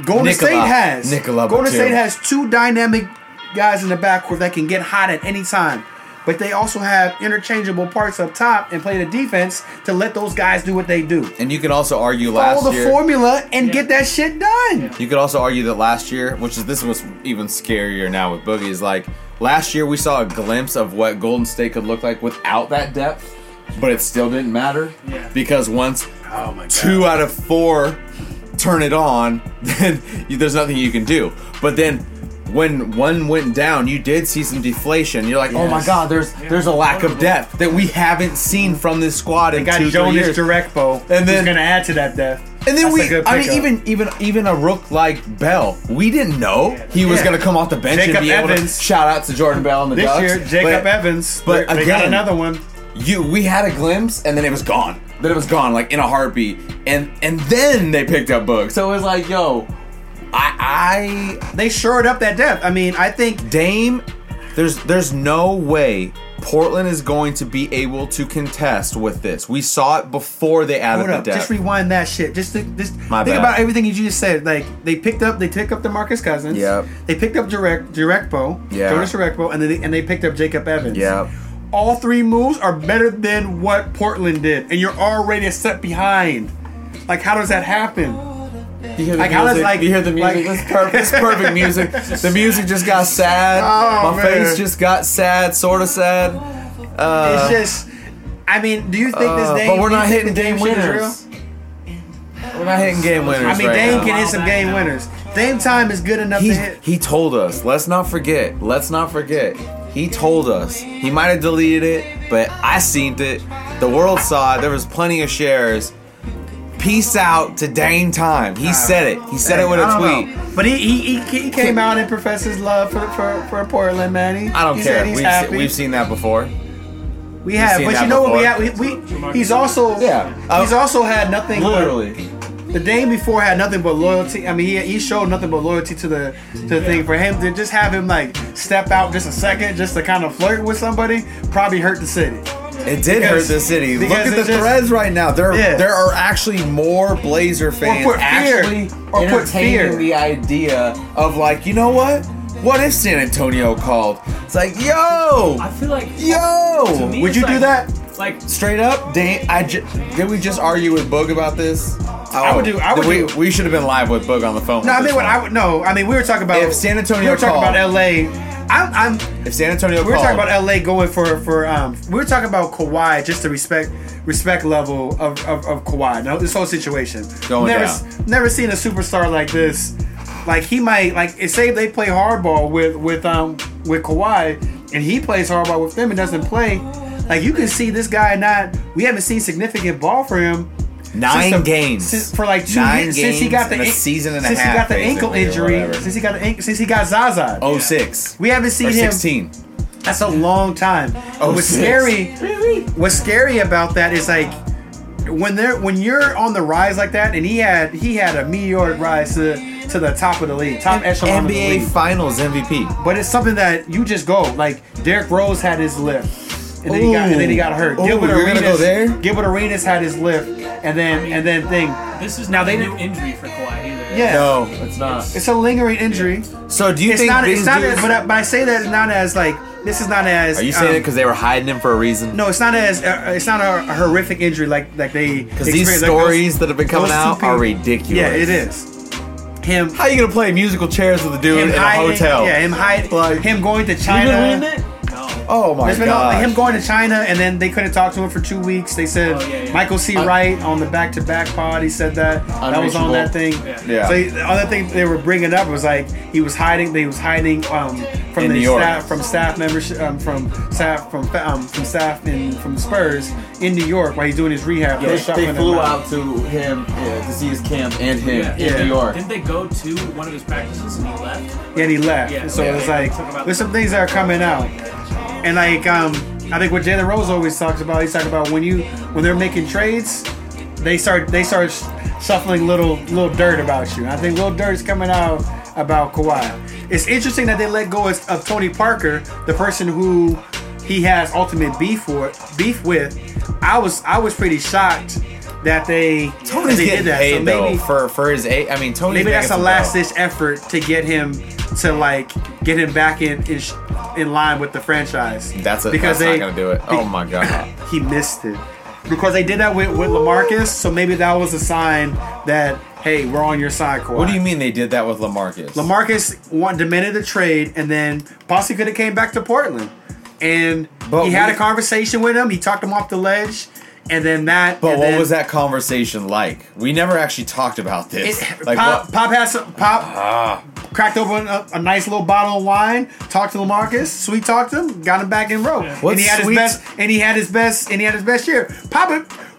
S2: Golden
S1: Nikola-
S2: State has.
S1: Nikola
S2: Golden
S1: Batum.
S2: State has two dynamic guys in the backcourt that can get hot at any time. But they also have interchangeable parts up top and play the defense to let those guys do what they do.
S1: And you can also argue last
S2: Follow the
S1: year.
S2: formula and
S3: Yeah.
S2: get that shit done.
S1: You could also argue that last year, which is this was even scarier now with Boogie, is like last year we saw a glimpse of what Golden State could look like without that depth, but it still didn't matter.
S3: Yeah.
S1: Because once
S2: Oh my god.
S1: two out of four turn it on, then you, there's nothing you can do. But then when one went down, you did see some deflation. You're like, oh my
S2: Yes.
S1: god, there's there's a lack of depth that we haven't seen from this squad in
S2: Got
S1: two three
S2: Jonas
S1: years.
S2: Directbo.
S1: And then-
S2: who's gonna add to that depth.
S1: And then
S2: That's a
S1: we,
S2: good
S1: I mean,
S2: pickup.
S1: even even even a rook like Bell, we didn't know he was
S2: Yeah.
S1: going to come off the bench
S2: Jacob
S1: and be able
S2: Evans.
S1: to shout out to Jordan Bell and the
S2: this
S1: Ducks.
S2: year, Jacob Evans.
S1: but
S2: they- they got
S1: again-
S2: another one.
S1: you, we had a glimpse, and then it was gone. Then it was gone, like in a heartbeat. And and then they picked up Book. So
S4: So it was like, yo,
S1: I,
S2: They shored up that depth. I mean, I think
S1: I Dame, there's there's no way Portland is going to be able to contest with this. We saw it before they added
S2: Hold
S1: the
S2: up,
S1: depth.
S2: just rewind that shit. Just, think- just
S1: My
S2: think
S1: bad.
S2: about everything you just said. Like they picked up, they picked up the Marcus Cousins.
S1: Yep.
S2: They picked up direct Directbo.
S1: Yeah.
S2: Jonas Directbo, and then they, and they picked up Jacob Evans.
S1: Yep.
S2: All three moves are better than what Portland did, and you're already a step behind. Like, how does that happen?
S4: you hear the music?
S2: Like, how does, like-
S4: you hear the music?
S2: like-
S4: it's perfect.
S1: It's perfect music. The music just got sad.
S2: Oh,
S1: My
S2: man.
S1: face just got sad, sort of sad. Uh,
S2: it's just. I mean, do you think this
S1: uh,
S2: Dame?
S1: but we're
S2: do you
S1: not
S2: think
S1: hitting
S2: the
S1: game
S2: shit is real?
S1: winners. We're not hitting game winners.
S2: I mean,
S1: right
S2: Dame
S1: now.
S2: can hit some game winners. Dame time is good enough
S1: He,
S2: to hit.
S1: he told us. Let's not forget. Let's not forget. He told us. He might have deleted it, but I seen it. The world saw it. There was plenty of shares. Peace out to Dame Time. He said it. He said it with a
S2: I don't
S1: tweet.
S2: know. But he, he, he, he came out and professed his love for, for, for Portland, man. He,
S1: I don't
S2: he
S1: care.
S2: Said he's
S1: We've, se-
S2: happy.
S1: we've seen that before.
S2: we have,
S1: seen
S2: but
S1: that
S2: you know what we have?
S1: before.
S2: We, we, he's also
S4: Yeah.
S2: he's also had nothing. but-
S4: Literally.
S2: the day before had nothing but loyalty. I mean, he, he showed nothing but loyalty to the to the thing. For him to just have him like step out just a second, just to kind of flirt with somebody, probably hurt the city.
S1: It did
S2: Because-
S1: hurt the city. Look
S2: because
S1: at the
S2: it just-
S1: threads right now. There,
S2: Yeah.
S1: there are actually more Blazer fans
S2: put fear.
S1: actually
S4: actually
S2: Or put
S4: entertaining
S2: fear.
S4: the idea
S1: of like, you know what? What if San Antonio called? It's like, yo,
S3: I feel like
S1: yo,
S3: me,
S1: would
S3: it's
S1: you do
S3: like-
S1: that?
S3: like
S1: Straight up, Dan, I ju- did we just argue with Boog about this? Oh.
S2: I would do- I would
S1: we,
S2: do-
S1: we should have been live with Boog on the phone.
S2: No, I
S1: with
S2: mean,
S1: this
S2: what
S1: one.
S2: I would no. I mean, we were talking about
S1: If San Antonio
S2: We were talking
S1: called-
S2: about L.A. I'm, I'm
S1: If San Antonio
S2: We were
S1: called,
S2: talking about LA going for for um. We were talking about Kawhi, just the respect respect level of of, of Kawhi. Now this whole situation.
S1: Going
S2: never
S1: down.
S2: s- never seen a superstar like this. Like he might like say they play hardball with with um with Kawhi, and he plays hardball with them and doesn't play. Like you can see this guy not. We haven't seen significant ball for him.
S1: nine
S2: since the-
S1: games
S2: since- for like two
S1: Nine
S2: years since he
S1: games
S2: got the
S1: in a
S2: an-
S1: season and a
S2: since
S1: half,
S2: he got the ankle
S1: basically, or
S2: injury
S1: whatever.
S2: since he got the an- since he got Zaza.
S1: Oh six.
S2: We haven't seen
S1: or
S2: him.
S1: 16.
S2: That's a long time.
S1: Oh,
S2: what's
S1: six.
S2: scary? What's scary about that is like when they're when you're on the rise like that, and he had he had a meteoric rise to to the top of the league, top echelon of the
S1: NBA
S2: league.
S1: Finals MVP.
S2: But it's something that you just go like Derrick Rose had his lift, and then he got and then he got hurt.
S1: Ooh. Ooh, you're gonna go there?
S2: Gilbert Arenas had his lift, and then and then thing.
S3: this is
S2: Now
S3: not
S2: they
S3: a new
S2: didn't-
S3: injury for Kawhi either.
S2: Yeah.
S1: No.
S4: it's not
S2: It's a lingering injury.
S1: So do you
S2: It's
S1: think
S2: not. It's
S1: these
S2: not. As,
S1: dudes-
S2: but, I, but I say that it's not as like this is not as.
S1: Are you saying
S2: um,
S1: it because they were hiding him for a reason?
S2: No, it's not as uh, it's not a, a horrific injury like like they
S1: Because these
S2: experience, like those-
S1: stories that have been
S2: those
S1: coming
S2: two
S1: out are
S2: people-
S1: ridiculous.
S2: Yeah, it is. Him,
S1: How you gonna play musical chairs with a dude
S2: him
S1: in a
S2: hiding,
S1: hotel?
S2: yeah, him hiding,
S1: Like-
S2: him going to
S4: You believe
S2: China.
S4: it?
S3: No.
S4: Oh my
S2: There's been all-
S4: god.
S2: him going to China and then they couldn't talk to him for two weeks. They said
S3: Oh, yeah, yeah.
S2: Michael C.
S4: Un-
S2: Wright on the back to back pod. He said that that was on
S4: Unreachable.
S2: that thing.
S3: Yeah.
S4: Yeah.
S2: So he- the other thing they were bringing up was like he was hiding. They was hiding um, from
S1: In
S2: the
S1: New York.
S2: staff from staff membership um, from staff from um, from staff in from the Spurs in New York while he's doing his rehab.
S4: They,
S2: shot
S4: they
S2: him in the
S4: flew
S2: mouth.
S4: out to him yeah, to see his camp and him
S3: Yeah.
S4: in New York.
S3: Didn't they go to one of his practices and he left?
S2: Yeah, and he left.
S3: Yeah,
S2: so
S3: yeah,
S2: it's
S3: yeah. Talk
S2: like
S3: about-
S2: there's some things that are coming out, and like um, I think what Jalen Rose always talks about, he's talking about when you when they're making trades, they start they start shuffling little little dirt about you. And I think little dirt's coming out about Kawhi. It's interesting that they let go of, of Tony Parker, the person who he has ultimate beef for beef with. I was I was pretty shocked that they that
S1: Tony's
S2: they
S1: getting
S2: did that.
S1: paid
S2: so
S1: though
S2: maybe
S1: for for his eight. I mean, Tony.
S2: maybe that's a last ditch effort to get him to like get him back in in, sh- in line with the franchise.
S1: That's it. Because that's not gonna do it. Oh my god.
S2: he missed it because they did that with with Lamarcus. So maybe that was a sign that hey, we're on your side, Kawhi.
S1: What do you mean they did that with Lamarcus?
S2: Lamarcus want, demanded the trade, and then Posse could have came back to Portland, and
S1: But
S2: he had
S1: we-
S2: a conversation with him. He talked him off the ledge, and then that.
S1: But
S2: and
S1: what
S2: then-
S1: was that conversation like? We never actually talked about this.
S2: It,
S1: like
S2: Pop,
S1: what?
S2: Pop has some, Pop cracked open a, a nice little bottle of wine, talked to Lamarcus, sweet talked him, got him back in row,
S1: What's
S2: and he had
S1: sweet-
S2: his best, and he had his best, and he had his best year. Pop,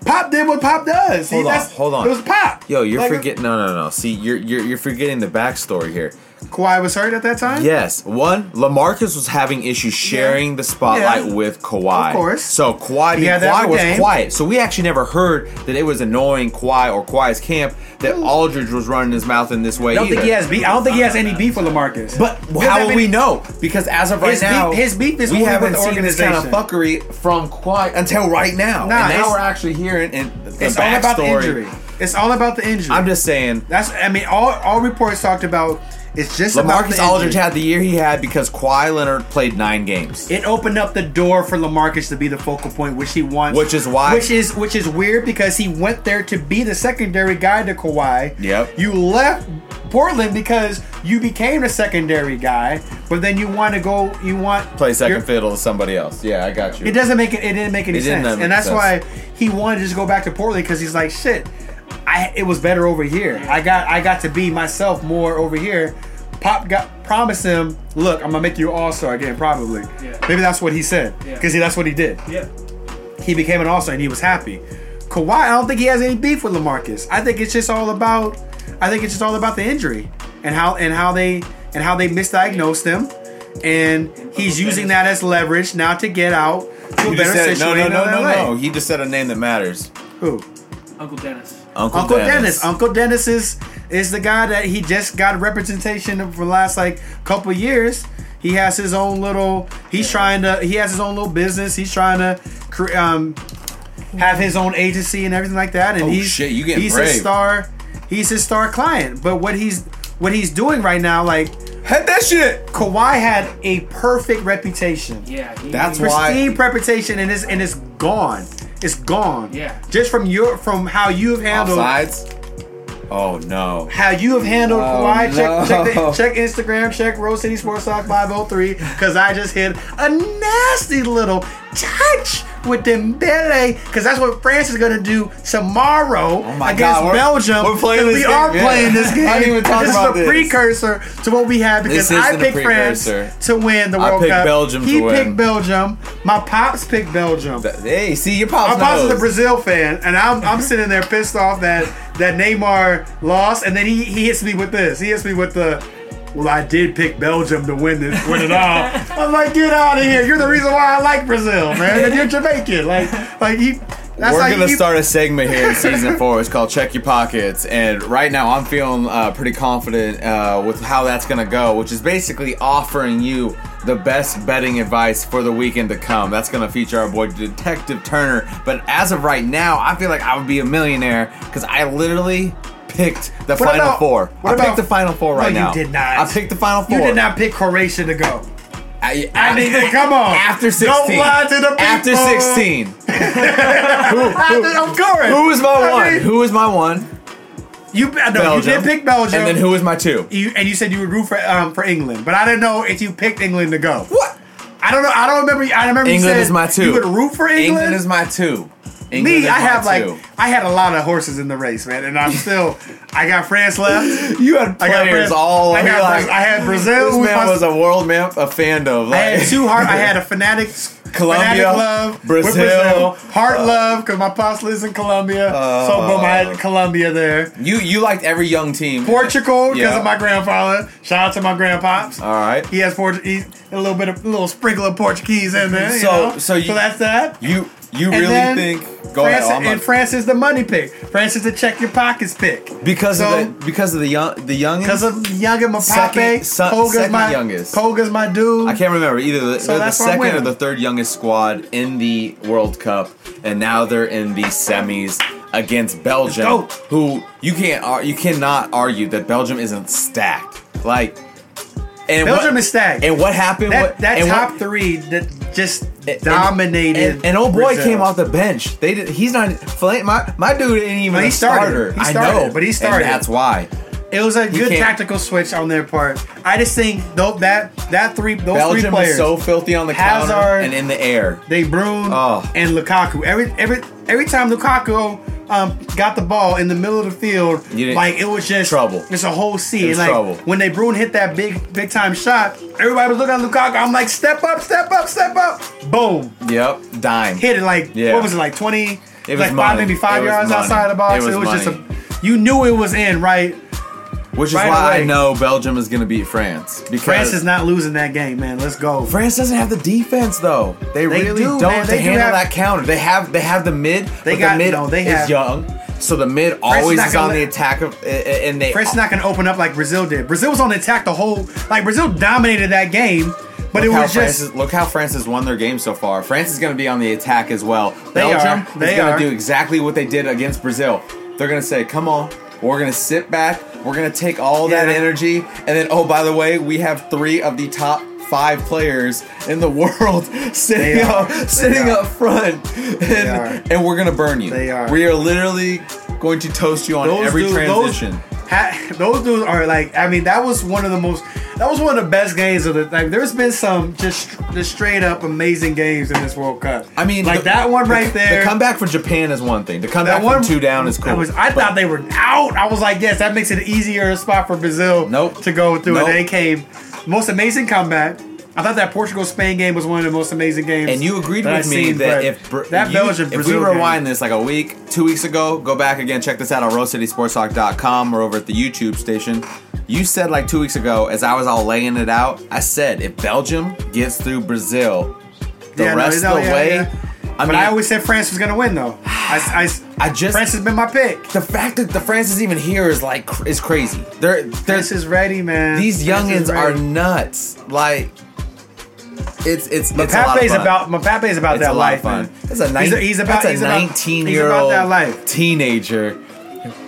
S2: Pop did what Pop does. He-
S1: Hold on,
S2: that's-
S1: hold on.
S2: It was Pop.
S1: Yo, you're
S2: Like,
S1: forgetting. No, no, no. See, you're you're you're forgetting the backstory here.
S2: Kawhi was hurt at that time.
S1: Yes, one. Lamarcus was having issues sharing the spotlight
S2: Yeah.
S1: with Kawhi.
S2: Of course.
S1: So Kawhi,
S2: He had that
S1: Kawhi
S2: with
S1: was
S2: Dame.
S1: quiet. So we actually never heard that it was annoying Kawhi or Kawhi's camp that Aldridge was running his mouth in this way.
S2: I don't think
S1: either.
S2: he has beef. I don't think he has any beef with Lamarcus.
S1: But
S2: Doesn't
S1: how
S2: have
S1: will
S2: any-
S1: we know? Because as of right
S2: His beef-
S1: now,
S2: his beef is
S1: we
S2: only with
S1: haven't
S2: the
S1: seen this kind of fuckery
S2: organization.
S4: From Kawhi
S1: until right
S2: Nah,
S1: now. and now
S2: it's-
S1: we're actually hearing and the
S2: It's all
S1: backstory.
S2: about the injury. It's all about the injury.
S1: I'm just saying.
S2: That's. I mean, all all reports talked about. It's just about the
S1: Lamarcus
S2: injury.
S1: Aldridge had the year he had because Kawhi Leonard played nine games.
S2: it opened up the door for Lamarcus to be the focal point, which he wants.
S1: Which is why-
S2: Which is which is weird because he went there to be the secondary guy to Kawhi.
S1: Yep.
S2: You left Portland because you became the secondary guy, but then you want to go. You want
S1: Play second
S2: you're-
S1: fiddle to somebody else. Yeah, I got you.
S2: It doesn't make it. It didn't make any
S1: It didn't uh,
S2: sense,
S1: make
S2: and that's
S1: sense.
S2: why he wanted to just go back to Portland because he's like, shit, I it was better over here. I got I got to be myself more over here. Pop got promised him, look, I'm gonna make you all star again, probably.
S3: Yeah.
S2: Maybe that's what he said
S3: Yeah.
S2: because that's what he did.
S3: Yeah.
S2: He became an all star and he was happy. Kawhi, I don't think he has any beef with Lamarcus. I think it's just all about, I think it's just all about the injury and how and how they and how they misdiagnosed him, and he's using that as leverage now to get out to a
S1: You just
S2: better
S1: said it.
S2: situation.
S1: No, no, no,
S2: in
S1: no,
S2: LA.
S1: no. He just said a name that matters.
S2: Who?
S3: Uncle Dennis.
S1: Uncle,
S2: Uncle Dennis. um, Uncle Dennis is is the guy that he just got representation for the last like couple years. He has his own little. He's trying to. He has his own little business. He's trying to cre- um, have his own agency and everything like that. And
S1: Oh,
S2: he's
S1: shit, you getting
S2: he's
S1: brave.
S2: his star. He's his star client. But what he's what he's doing right now, like
S1: Head that shit.
S2: Kawhi had a perfect reputation
S3: Yeah. He,
S1: That's
S3: he-
S1: why-
S2: pristine preparation and it's and it's gone. It's gone.
S3: Yeah.
S2: Just from your from how you've handled
S1: Offsides. Oh no.
S2: how you have handled Kawhi.
S4: Oh, no.
S2: Check, check, the, check Instagram. Check Rose City Sports Talk 503 because I just hit a nasty little touch with Dembele because that's what France is gonna do tomorrow
S4: Oh my
S2: against
S4: God, we're-
S2: Belgium.
S4: we're playing this
S2: 'cause we
S4: game,
S2: are
S4: yeah.
S2: playing this
S4: I
S2: game.
S4: didn't even talk
S2: this
S4: about
S2: is a
S4: this.
S2: precursor to what we have because
S1: This
S2: I
S1: isn't a
S2: picked France
S1: precursor.
S2: to win the
S1: I
S2: World
S1: picked
S2: Cup.
S1: Belgium
S2: he
S1: to win.
S2: picked Belgium. My pops picked Belgium.
S1: Hey, see your pops.
S2: I'm also a
S1: knows.
S2: Brazil fan, and I'm, I'm sitting there pissed off that that Neymar lost, and then he, he hits me with this. He hits me with the, well, I did pick Belgium to win this, win it all. I'm like, get out of here! You're the reason why I like Brazil, man. And you're Jamaican, like like he. That's
S1: We're
S2: like
S1: gonna
S2: he-
S1: start a segment here in season four. It's called Check Your Pockets, and right now I'm feeling uh, pretty confident uh, with how that's gonna go, which is basically offering you the best betting advice for the weekend to come. That's gonna feature our boy Detective Turner. But as of right now, I feel like I would be a millionaire because I literally picked the
S2: What
S1: final
S2: about-
S1: four.
S2: what
S1: I picked
S2: about-
S1: the final four
S2: No,
S1: right
S2: you
S1: now.
S2: did not.
S1: I picked the final four.
S2: You did not pick Croatia to go.
S1: I,
S2: I mean, come on.
S1: After 16.
S2: Don't lie to the
S1: After
S2: people.
S1: 16.
S2: I, I'm going.
S1: Who was my
S2: I
S1: one?
S2: mean,
S1: who was my one?
S2: you no, you
S1: Belgium.
S2: did pick Belgium,
S1: And then who was my two?
S2: You and you said you would root for um, for England, but I didn't know if you picked England to go.
S1: What?
S2: I don't know. I don't remember. I remember you
S1: England
S2: said
S1: is my two.
S2: You would root for England.
S4: England is my two. England
S2: Me,
S4: is
S2: I
S4: my
S2: have like
S4: two.
S2: I had a lot of horses in the race, man, and I'm still. I got France left.
S4: you had
S2: I got
S4: players
S2: Bra-
S4: all.
S2: I, got,
S4: you're
S2: Bra- I had Brazil.
S4: this
S2: with
S4: man
S2: my-
S4: was a world map, a fandom. Like,
S2: I had two heart. I had a fanatic, fanatic
S4: Colombia,
S2: love, with
S4: Brazil, uh,
S2: heart love because my pops lives in Colombia. so boom, I had Colombia there.
S4: you you liked every young team.
S2: Portugal because
S4: Yeah. Uh,
S2: of my grandfather. Shout out to my grandpops.
S4: all right,
S2: He has Port- he, a little bit of a little sprinkle of Portuguese in there. You
S4: So-
S2: know?
S4: so you-
S2: that's that.
S4: you you
S2: And
S4: really
S2: then
S4: think? Go ahead.
S2: France,
S4: oh, I'm
S2: and
S4: a-
S2: France is the money pick. France is the check your pockets pick.
S4: because
S2: so-
S4: of the because of the young the youngins.
S2: Because of Young and
S4: Second-
S2: Mapape,
S4: su-
S2: Poga's
S4: second
S2: my
S4: youngest.
S2: Poga's my
S1: I
S2: dude.
S1: can't remember either. The, they're the
S2: that's where I'm
S1: second or
S2: winning.
S1: the third youngest squad in the World Cup, and now they're in the semis against Belgium,
S2: go.
S1: who you can't ar- you cannot argue that Belgium isn't stacked. Like, and
S2: Belgium
S1: what,
S2: is stacked.
S1: And what happened?
S2: That,
S1: what,
S2: that
S1: and
S2: top
S1: what-
S2: three that just
S1: and-
S2: dominated.
S1: And, and old boy
S2: Brazil.
S1: came off the bench. They did. He's not. Fla- My my dude ain't even
S2: But he
S1: a starter.
S2: started. He
S1: I know,
S2: started, but he started.
S1: And that's why.
S2: It was a good
S1: can't-
S2: tactical switch on their part. I just think though that that three those three
S4: Belgium
S2: players
S4: is so filthy on the
S2: Hazard-
S4: counter.
S1: and in the air.
S2: They Bruyne
S1: Oh.
S2: and Lukaku. Every every every time Lukaku um, got the ball in the middle of the field,
S1: You didn't-
S2: like it was just
S1: Trouble.
S2: It's a whole scene.
S1: was
S2: like
S1: trouble.
S2: when they Bruyne hit that big big time shot, everybody was looking at Lukaku. I'm like, step up, step up, step up. Boom,
S1: Yep, dime.
S2: hit it like
S1: Yeah.
S2: what was it like 20?
S1: It was
S2: like five
S1: money.
S2: maybe five
S1: It was
S2: yards
S1: money.
S2: outside the box.
S1: It
S2: It
S1: was
S2: was, just
S1: money.
S2: a. You knew it was in, right?
S1: Which is
S2: Right
S1: why I
S2: away.
S1: know Belgium is going to beat France because
S2: France is not losing that game, man. Let's go.
S1: France doesn't have the defense though. They, really
S2: do,
S1: don't.
S2: man.
S1: They,
S2: They do
S1: handle
S2: have-
S1: that counter. They have they have the mid.
S2: They
S1: but
S2: got-
S1: the mid
S2: no, they
S1: is
S2: have-
S1: young. So the mid
S2: is
S1: always
S2: not
S1: is
S2: gonna
S1: on the
S2: let-
S1: attack of a- a- and they
S2: France is not going to open up like Brazil did. Brazil was on the attack the whole like Brazil dominated that game, but it
S1: Look how,
S2: was
S1: France
S2: just
S1: is, look how France has won their game so far. France is going to be on the attack as well.
S2: They are.
S1: Belgium is
S2: They
S1: going
S2: are.
S1: to do exactly what they did against Brazil. They're going to say, "Come on, we're going to sit back. We're going to take all that
S2: Yeah.
S1: energy." And then, oh, by the way, we have three of the top five players in the world sitting
S2: They are.
S1: up,
S2: They
S1: sitting
S2: are.
S1: up front,
S2: are.
S1: and, and we're going to burn you.
S2: They are.
S1: We are literally going to toast you on every
S2: dudes-
S1: transition.
S2: Those, ha, those dudes are like, I mean, that was one of the most, that was one of the best games of the. Like, there's been some just, just straight up amazing games in this World Cup.
S1: I mean,
S2: like
S1: the-
S2: that one
S1: the-
S2: right there.
S1: The comeback for Japan is one thing. The comeback
S2: that
S1: from two down is cool.
S2: I, was, I
S1: But-
S2: thought they were out. I was like, yes, that makes it an easier spot for Brazil.
S1: Nope.
S2: To go through,
S1: Nope.
S2: and they came. Most amazing comeback. I thought that Portugal Spain game was one of the most amazing games.
S1: And you agreed
S2: that
S1: with
S2: I've
S1: me
S2: seen,
S1: that
S2: but
S1: if Br-
S2: that
S1: you-
S2: Belgium
S1: if we
S2: Brazil game-
S1: rewind this like a week, two weeks ago, go back again, check this out on RoseCitySportsTalk.com or over at the YouTube station. You said like two weeks ago, as I was all laying it out, I said if Belgium gets through Brazil, the
S2: Yeah, no,
S1: rest
S2: no,
S1: of the
S2: yeah,
S1: way,
S2: yeah.
S1: I
S2: but
S1: mean,
S2: I always said France was gonna win though. I, I,
S1: I just-
S2: France has been my pick.
S1: the fact that the France is even here is like cr- is crazy. They're, they're
S2: This is ready, man.
S1: these
S2: France is
S1: youngins are
S2: ready.
S1: nuts. Like it's it's it's a lot of
S2: Mbappe is
S1: fun.
S2: about Mbappe is about
S1: It's
S2: that
S1: a lot
S2: life.
S1: of fun.
S2: man.
S1: That's a,
S2: He's
S1: nine,
S2: a- he's about-
S1: that's
S2: he's
S1: a
S2: about-
S1: 19
S2: he's
S1: year
S2: about
S1: old
S2: that life.
S1: teenager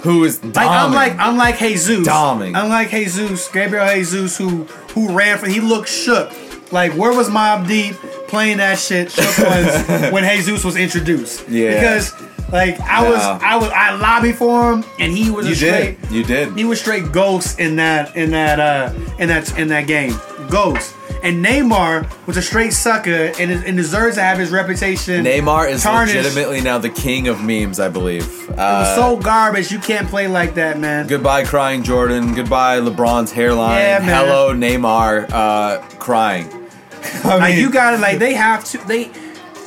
S1: who is dominant.
S2: Like I'm like I'm like Jesus.
S1: Doming.
S2: I'm like Jesus, Gabriel Jesus, who who ran for. He looked shook. Like where was Mob Deep playing that shit? Shook was when Jesus was introduced.
S1: Yeah.
S2: Because like I was
S1: Nah.
S2: I was I lobbied for him and he was
S1: you
S2: a straight.
S1: did. You
S2: He
S1: did.
S2: was straight ghost in that in that uh in that in that game. Ghost. And Neymar was a straight sucker and, is- and deserves to have his reputation.
S1: Neymar is
S2: tarnished.
S1: legitimately now the king of memes, I believe.
S2: It
S1: Uh,
S2: was so garbage. You can't play like that, man.
S1: goodbye, crying Jordan. Goodbye, LeBron's hairline.
S2: Yeah, man.
S1: Hello, Neymar, uh, crying. I
S2: Like
S1: mean,
S2: you got to like they have to they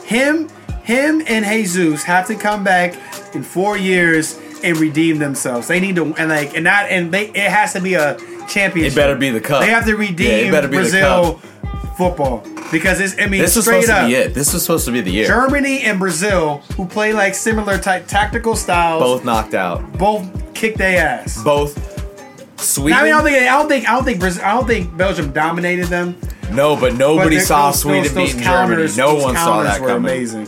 S2: him him and Jesus have to come back in 4 years and redeem themselves. They need to and like and not and they it has to be a championship.
S1: It better be the cup.
S2: They have to
S1: Yeah,
S2: redeem
S1: it better be the
S2: Brazil
S1: cup.
S2: football because it's I mean
S1: This was
S2: straight
S1: supposed
S2: up
S1: to be it. This was supposed to be the year.
S2: Germany and Brazil, who play like similar type tactical styles,
S1: Both knocked out.
S2: both kick their ass.
S1: Both. Sweden.
S2: I mean, I don't think, I don't think, I don't think, Brazil, I don't think Belgium dominated them.
S1: no, but
S2: but
S1: nobody
S2: those-
S1: saw
S2: those-
S1: Sweden
S2: those
S1: beating Germany.
S2: counters-
S1: No
S2: those
S1: one saw
S2: counters
S1: that
S2: were
S1: coming.
S2: Amazing.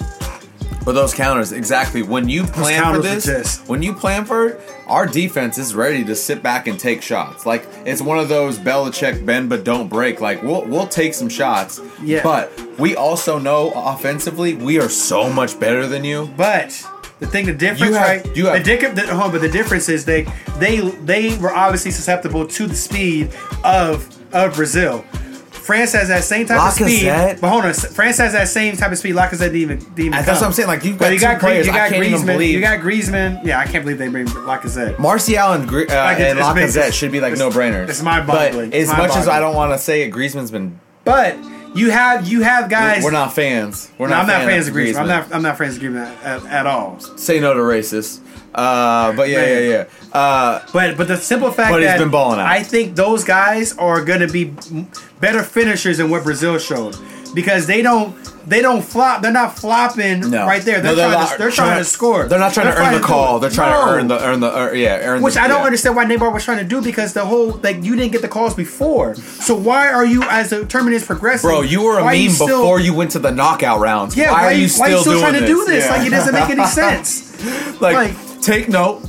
S1: But those counters, exactly. When you plan for
S2: counters
S1: this,
S2: are just-
S1: when you plan for it, our defense is ready to sit back and take shots. Like it's one of those Belichick bend but don't break. Like we'll we'll take some shots.
S2: Yeah.
S1: But we also know offensively we are so much better than you.
S2: But the thing, the difference,
S1: You have-
S2: right?
S1: you have-
S2: the dick, the, oh, but the difference is they, they, they were obviously susceptible to the speed of of Brazil. France has that same type of
S1: Lacazette?
S2: speed. But hold on, France has that same type of speed. Lacazette didn't even. Didn't even
S1: That's
S2: come.
S1: what I'm saying. Like you've
S2: But
S1: got,
S2: you got,
S1: two
S2: Gre-
S1: players.
S2: you got
S1: I can't even
S2: Griezmann.
S1: believe
S2: You got Griezmann. Yeah, I can't believe they bring Lacazette.
S1: Martial and, Gre- uh,
S2: Like, it's-
S1: and
S2: it's big-
S1: Lacazette should be like
S2: it's-
S1: no brainers.
S2: it's mind-boggling.
S1: But as
S2: It's
S1: much as
S2: mind-boggling.
S1: I don't want to say it, Griezmann's been.
S2: But you have you have guys.
S1: We're not fans. We're
S2: No,
S1: not.
S2: I'm not fans of Griezmann.
S1: Griezmann.
S2: I'm not. I'm not fans of Griezmann at, at, at all.
S1: Say no to racists. Uh, but yeah,
S2: Man.
S1: yeah, yeah. Uh,
S2: But but the simple fact
S1: But he's
S2: that
S1: been balling out.
S2: I think those guys are going to be m- better finishers than what Brazil showed because they don't they don't flop. They're not flopping
S1: no,
S2: right there. They're,
S1: No,
S2: trying,
S1: not-
S2: to, they're trying to score.
S1: They're not trying to earn
S2: trying
S1: the
S2: do
S1: call.
S2: it.
S1: They're trying to
S2: No.
S1: earn the earn the earn, yeah. Earn
S2: Which
S1: the,
S2: I don't
S1: yeah.
S2: understand why Neymar was trying to do because the whole like you didn't get the calls before. So why are you as the tournament is progressing?
S1: Bro, you were a
S2: why are
S1: meme
S2: still-
S1: before you went to the knockout rounds.
S2: Yeah,
S1: why, are you still,
S2: why are you still
S1: doing
S2: trying to do this?
S1: Yeah.
S2: Like it doesn't make any sense.
S1: like,
S2: Like-
S1: take note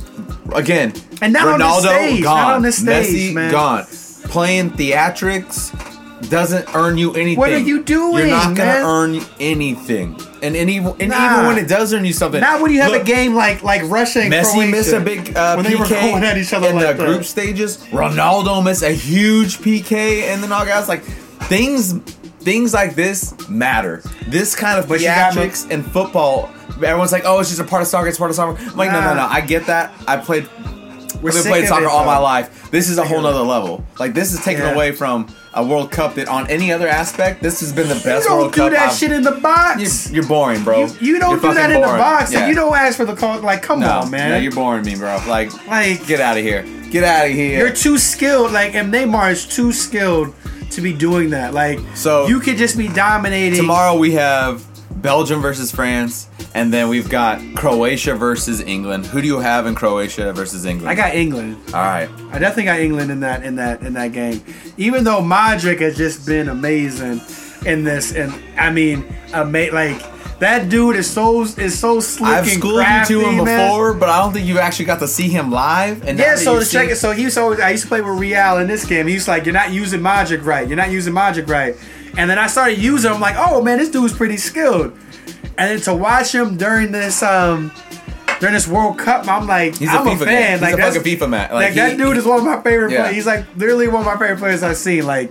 S1: again.
S2: And not on
S1: Ronaldo
S2: this stage, not
S1: gone.
S2: on this stage,
S1: Messi
S2: man.
S1: gone. Playing theatrics doesn't earn you anything.
S2: What are you doing,
S1: You're not gonna
S2: man?
S1: earn anything. And any and even
S2: Nah.
S1: when it does earn you something,
S2: Not when you have
S1: Look,
S2: a game like like Russia and
S1: Messi
S2: Croatia.
S1: missed a big uh,
S2: when
S1: PK
S2: they were going at each other
S1: in
S2: like
S1: the
S2: that.
S1: group stages. Ronaldo missed a huge PK in the knockouts. Like things, things like this matter. This kind of
S2: But you got
S1: theatrics in football. Everyone's like, "Oh, it's just a part of soccer. It's part of soccer." I'm like, no, no,
S2: Nah.
S1: no. I get that. I played.
S2: We're
S1: I've
S2: sick
S1: been playing
S2: of
S1: soccer
S2: it,
S1: all my
S2: though.
S1: life. This is a
S2: Sick
S1: whole
S2: of it.
S1: nother level. Like this is taken
S2: Yeah.
S1: away from a World Cup that, on any other aspect, this has been the
S2: You
S1: best
S2: don't
S1: World
S2: do
S1: Cup.
S2: that
S1: I've-
S2: shit in the
S1: You're,
S2: box.
S1: you're boring, bro.
S2: You, you don't
S1: You're
S2: do that
S1: fucking
S2: in the
S1: boring.
S2: box.
S1: Yeah.
S2: You don't ask for the call. Like, come
S1: No,
S2: on, man.
S1: No, you're boring me, bro. Like,
S2: Like-
S1: get out of here. Get out of here.
S2: You're too skilled. Like, and Neymar is too skilled to be doing that. Like,
S1: So-
S2: you could just be dominating.
S1: Tomorrow we have Belgium versus France, and then we've got Croatia versus England. Who do you have in Croatia versus England?
S2: I got England.
S1: All right.
S2: I definitely got England in that in that in that game. Even though Modric has just been amazing in this, and I mean, ama- like that dude is so is so slick
S1: I've
S2: and
S1: schooled
S2: crafty,
S1: you to him
S2: man.
S1: before, but I don't think you actually got to see him live. And now
S2: Yeah,
S1: that
S2: so
S1: you
S2: to
S1: see-
S2: check it. So he used to always, I used to play with Real in this game. He used to like, you're not using Magic right. You're not using Magic right. And then I started using. him. I'm like, oh man, this dude's pretty skilled. And then to watch him during this um during this World Cup, I'm like,
S1: He's a
S2: I'm a,
S1: FIFA guy.
S2: fan.
S1: He's
S2: like
S1: a
S2: that's-
S1: fucking FIFA man. Like,
S2: Like, that
S1: he-
S2: dude is one of my favorite
S1: Yeah.
S2: players. He's like literally one of my favorite players I've seen. Like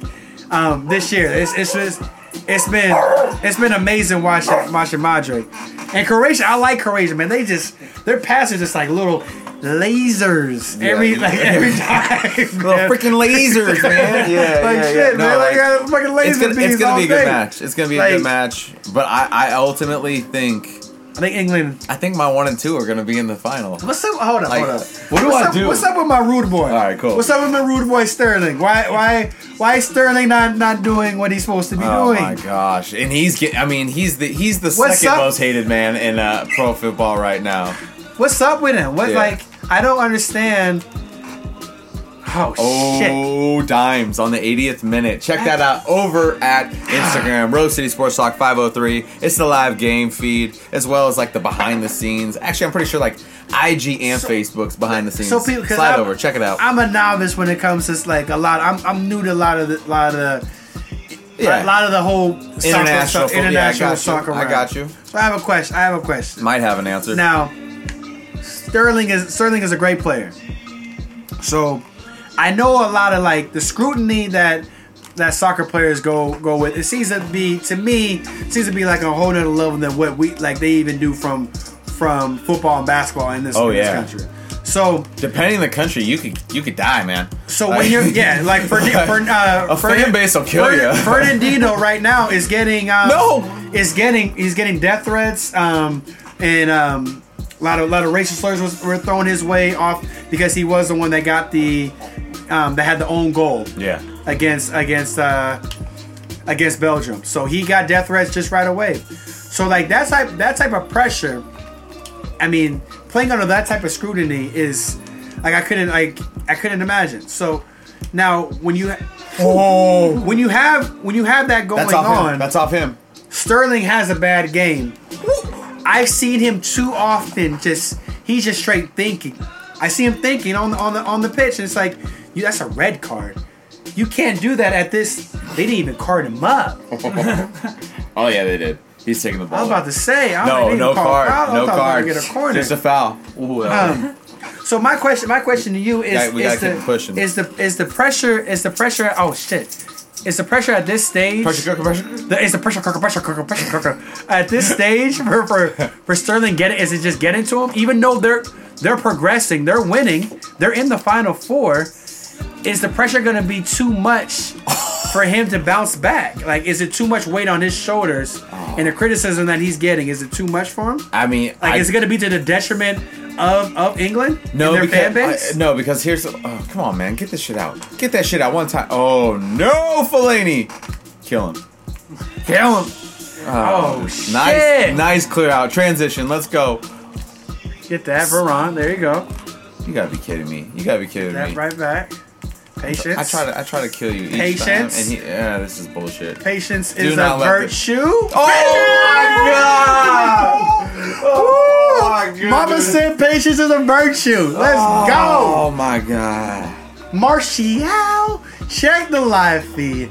S2: um this year, it's it's just it's been it's been amazing watching watching Madre. And Croatia, I like Croatia, man. They just their passes just like little lasers every
S1: Yeah.
S2: like every time.
S1: Little
S2: man.
S1: freaking lasers, man. Yeah,
S2: like
S1: yeah, yeah.
S2: shit,
S1: No,
S2: man. Like,
S1: like-
S2: I got fucking laser
S1: it's gonna,
S2: beams
S1: it's gonna
S2: all
S1: be a good
S2: day.
S1: match. It's gonna be a
S2: Like,
S1: good match, but I, I ultimately think
S2: I think England.
S1: I think my one and two are gonna be in the final.
S2: What's up? Hold up,
S1: Like,
S2: hold up.
S1: what do
S2: what's
S1: I
S2: up,
S1: do?
S2: What's up with my rude boy? All
S1: right, cool.
S2: What's up with my rude boy Sterling? Why, why, why is Sterling not not doing what he's supposed to be
S1: Oh
S2: doing?
S1: my gosh! And he's get, I mean, he's the he's the
S2: What's
S1: second
S2: up?
S1: most hated man in uh, pro football right now.
S2: What's up with him? What
S1: Yeah.
S2: like I don't understand. Oh, shit.
S1: Oh, dimes on the 80th minute. Check that out over at Instagram, Rose City Sports Talk 503. It's the live game feed as well as like the behind the scenes. Actually, I'm pretty sure like IG and Facebook's behind the scenes.
S2: so people- 'cause
S1: slide
S2: I'm-
S1: over, check it out.
S2: I'm a novice when it comes to like a lot. I'm, I'm new to a lot of the, lot of the, a
S1: yeah,
S2: lot of the whole soccer,
S1: International
S2: stuff-
S1: fo- yeah, I
S2: international
S1: got you.
S2: soccer.
S1: I
S2: realm.
S1: got you.
S2: So I have a question. I have a question.
S1: might have an answer.
S2: Now, Sterling is Sterling is a great player. So, I know a lot of like the scrutiny that that soccer players go go with. It seems to be to me it seems to be like a whole nother level than what we like they even do from from football and basketball in this,
S1: Oh,
S2: in this
S1: yeah.
S2: country. So,
S1: Depending on the country, you could you could die, man.
S2: so
S1: Like-
S2: when you're yeah, like for, for uh,
S1: A fan base will kill ya.
S2: Fernandino right now is getting um,
S1: No!
S2: is getting he's getting death threats um, and um, a lot of lot of racial slurs was, were thrown his way off because he was the one that got the um, that had the own goal
S1: yeah,
S2: against against uh, against Belgium. So he got death threats just right away. So like that type that type of pressure, I mean, playing under that type of scrutiny is like I couldn't like I couldn't imagine. So now when you
S1: oh,
S2: when you have when you have that going
S1: that's off
S2: on,
S1: him. That's off him.
S2: Sterling has a bad game. I've seen him too often. Just he's just straight thinking. I see him thinking on the on the on the pitch, and it's like, you that's a red card. You can't do that at this. They didn't even card him up.
S1: Oh yeah, they did. He's taking the ball.
S2: I was about to say, I
S1: no,
S2: didn't
S1: no
S2: call a
S1: card,
S2: foul. I
S1: no
S2: thought I was
S1: card.
S2: gonna Get a corner.
S1: Just a foul. Ooh, uh,
S2: so my question, my question to you is,
S1: Yeah, we gotta
S2: is, the,
S1: keep pushing.
S2: is the is the pressure is the pressure? Oh shit! It's the pressure at this stage.
S1: Pressure cooker, pressure cooker.
S2: The- it's the pressure cooker, pressure cooker, pressure cooker. At this stage, for for, for Sterling, get it is it just getting to him? Even though they're they're progressing, they're winning, they're in the final four. Is the pressure gonna be too much for him to bounce back? Like, is it too much weight on his shoulders? And the criticism that he's getting, is it too much for him?
S1: I mean,
S2: Like,
S1: I,
S2: is it gonna be to the detriment of of England?
S1: no,
S2: and their
S1: because,
S2: fan base?
S1: I- no, because here's the, oh, come on, man, get this shit out, get that shit out one time. Oh no, Fellaini, kill him, kill him.
S2: oh
S1: Nice,
S2: shit!
S1: nice clear out transition. Let's go.
S2: Get that, Veron. There you go.
S1: You gotta be kidding me. You gotta be kidding me.
S2: That right back. Patience.
S1: I try to, I try to kill you. Each
S2: Patience.
S1: Time, and he, yeah, this is bullshit.
S2: Patience
S1: Do
S2: is a
S1: not let Oh this-
S2: virtue.
S1: Oh my god!
S2: Mama said patience is a virtue. Let's
S1: Oh my god!
S2: go. Martial, check the live feed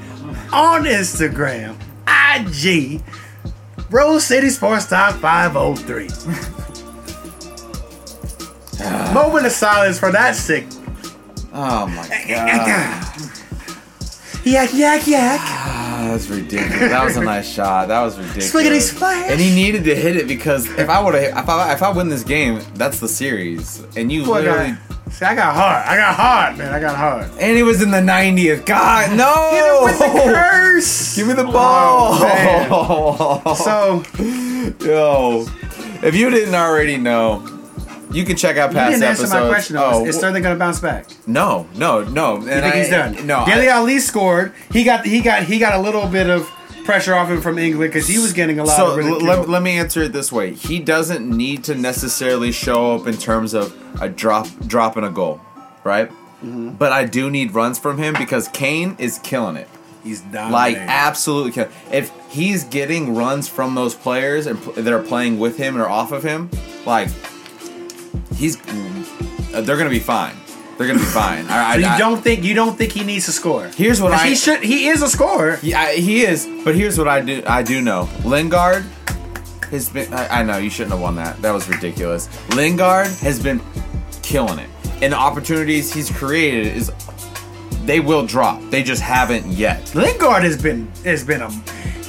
S2: on Instagram, IG, Rose City Sports oh Talk 503. Moment of silence for that sick.
S1: Oh my god!
S2: Yak, yak,
S1: Ah,
S2: yak.
S1: That was ridiculous. That was a nice shot. That was ridiculous.
S2: Spliggity splash.
S1: And he needed to hit it because if I would have, if I, if I win this game, that's the series. And you
S2: Boy, I
S1: literally,
S2: got, see, I got hard. I got hard, man. I got hard.
S1: and it was in the 90th. God, no!
S2: With the curse.
S1: Oh. Give me the ball.
S2: So
S1: Yo, if you didn't already know, you can check out
S2: you
S1: past
S2: didn't answer
S1: episodes.
S2: my question. Though.
S1: Oh,
S2: is Sterling gonna bounce back?
S1: no, no, no. And
S2: I think he's done.
S1: No,
S2: Dele
S1: I-
S2: Ali scored. He got he got he got a little bit of pressure off him from England because he was getting a lot
S1: so
S2: of
S1: l-
S2: ridicule.
S1: let, let me answer it this way: He doesn't need to necessarily show up in terms of a drop, dropping a goal, right?
S2: Mm-hmm.
S1: But I do need runs from him because Kane is killing it.
S2: he's dominating.
S1: Like absolutely, kill- if he's getting runs from those players and pl- that are playing with him or off of him, like he's, uh, they're gonna be fine. They're gonna be fine. I, I,
S2: So
S1: I-
S2: you don't think you don't think he needs to score?
S1: Here's what
S2: 'Cause
S1: I-
S2: he should. He is a scorer.
S1: He, I, he is, but here's what I do. I do know Lingard has been. I, I know you shouldn't have won that. That was ridiculous. Lingard has been killing it, and the opportunities he's created is they will drop. They just haven't yet.
S2: Lingard has been has been a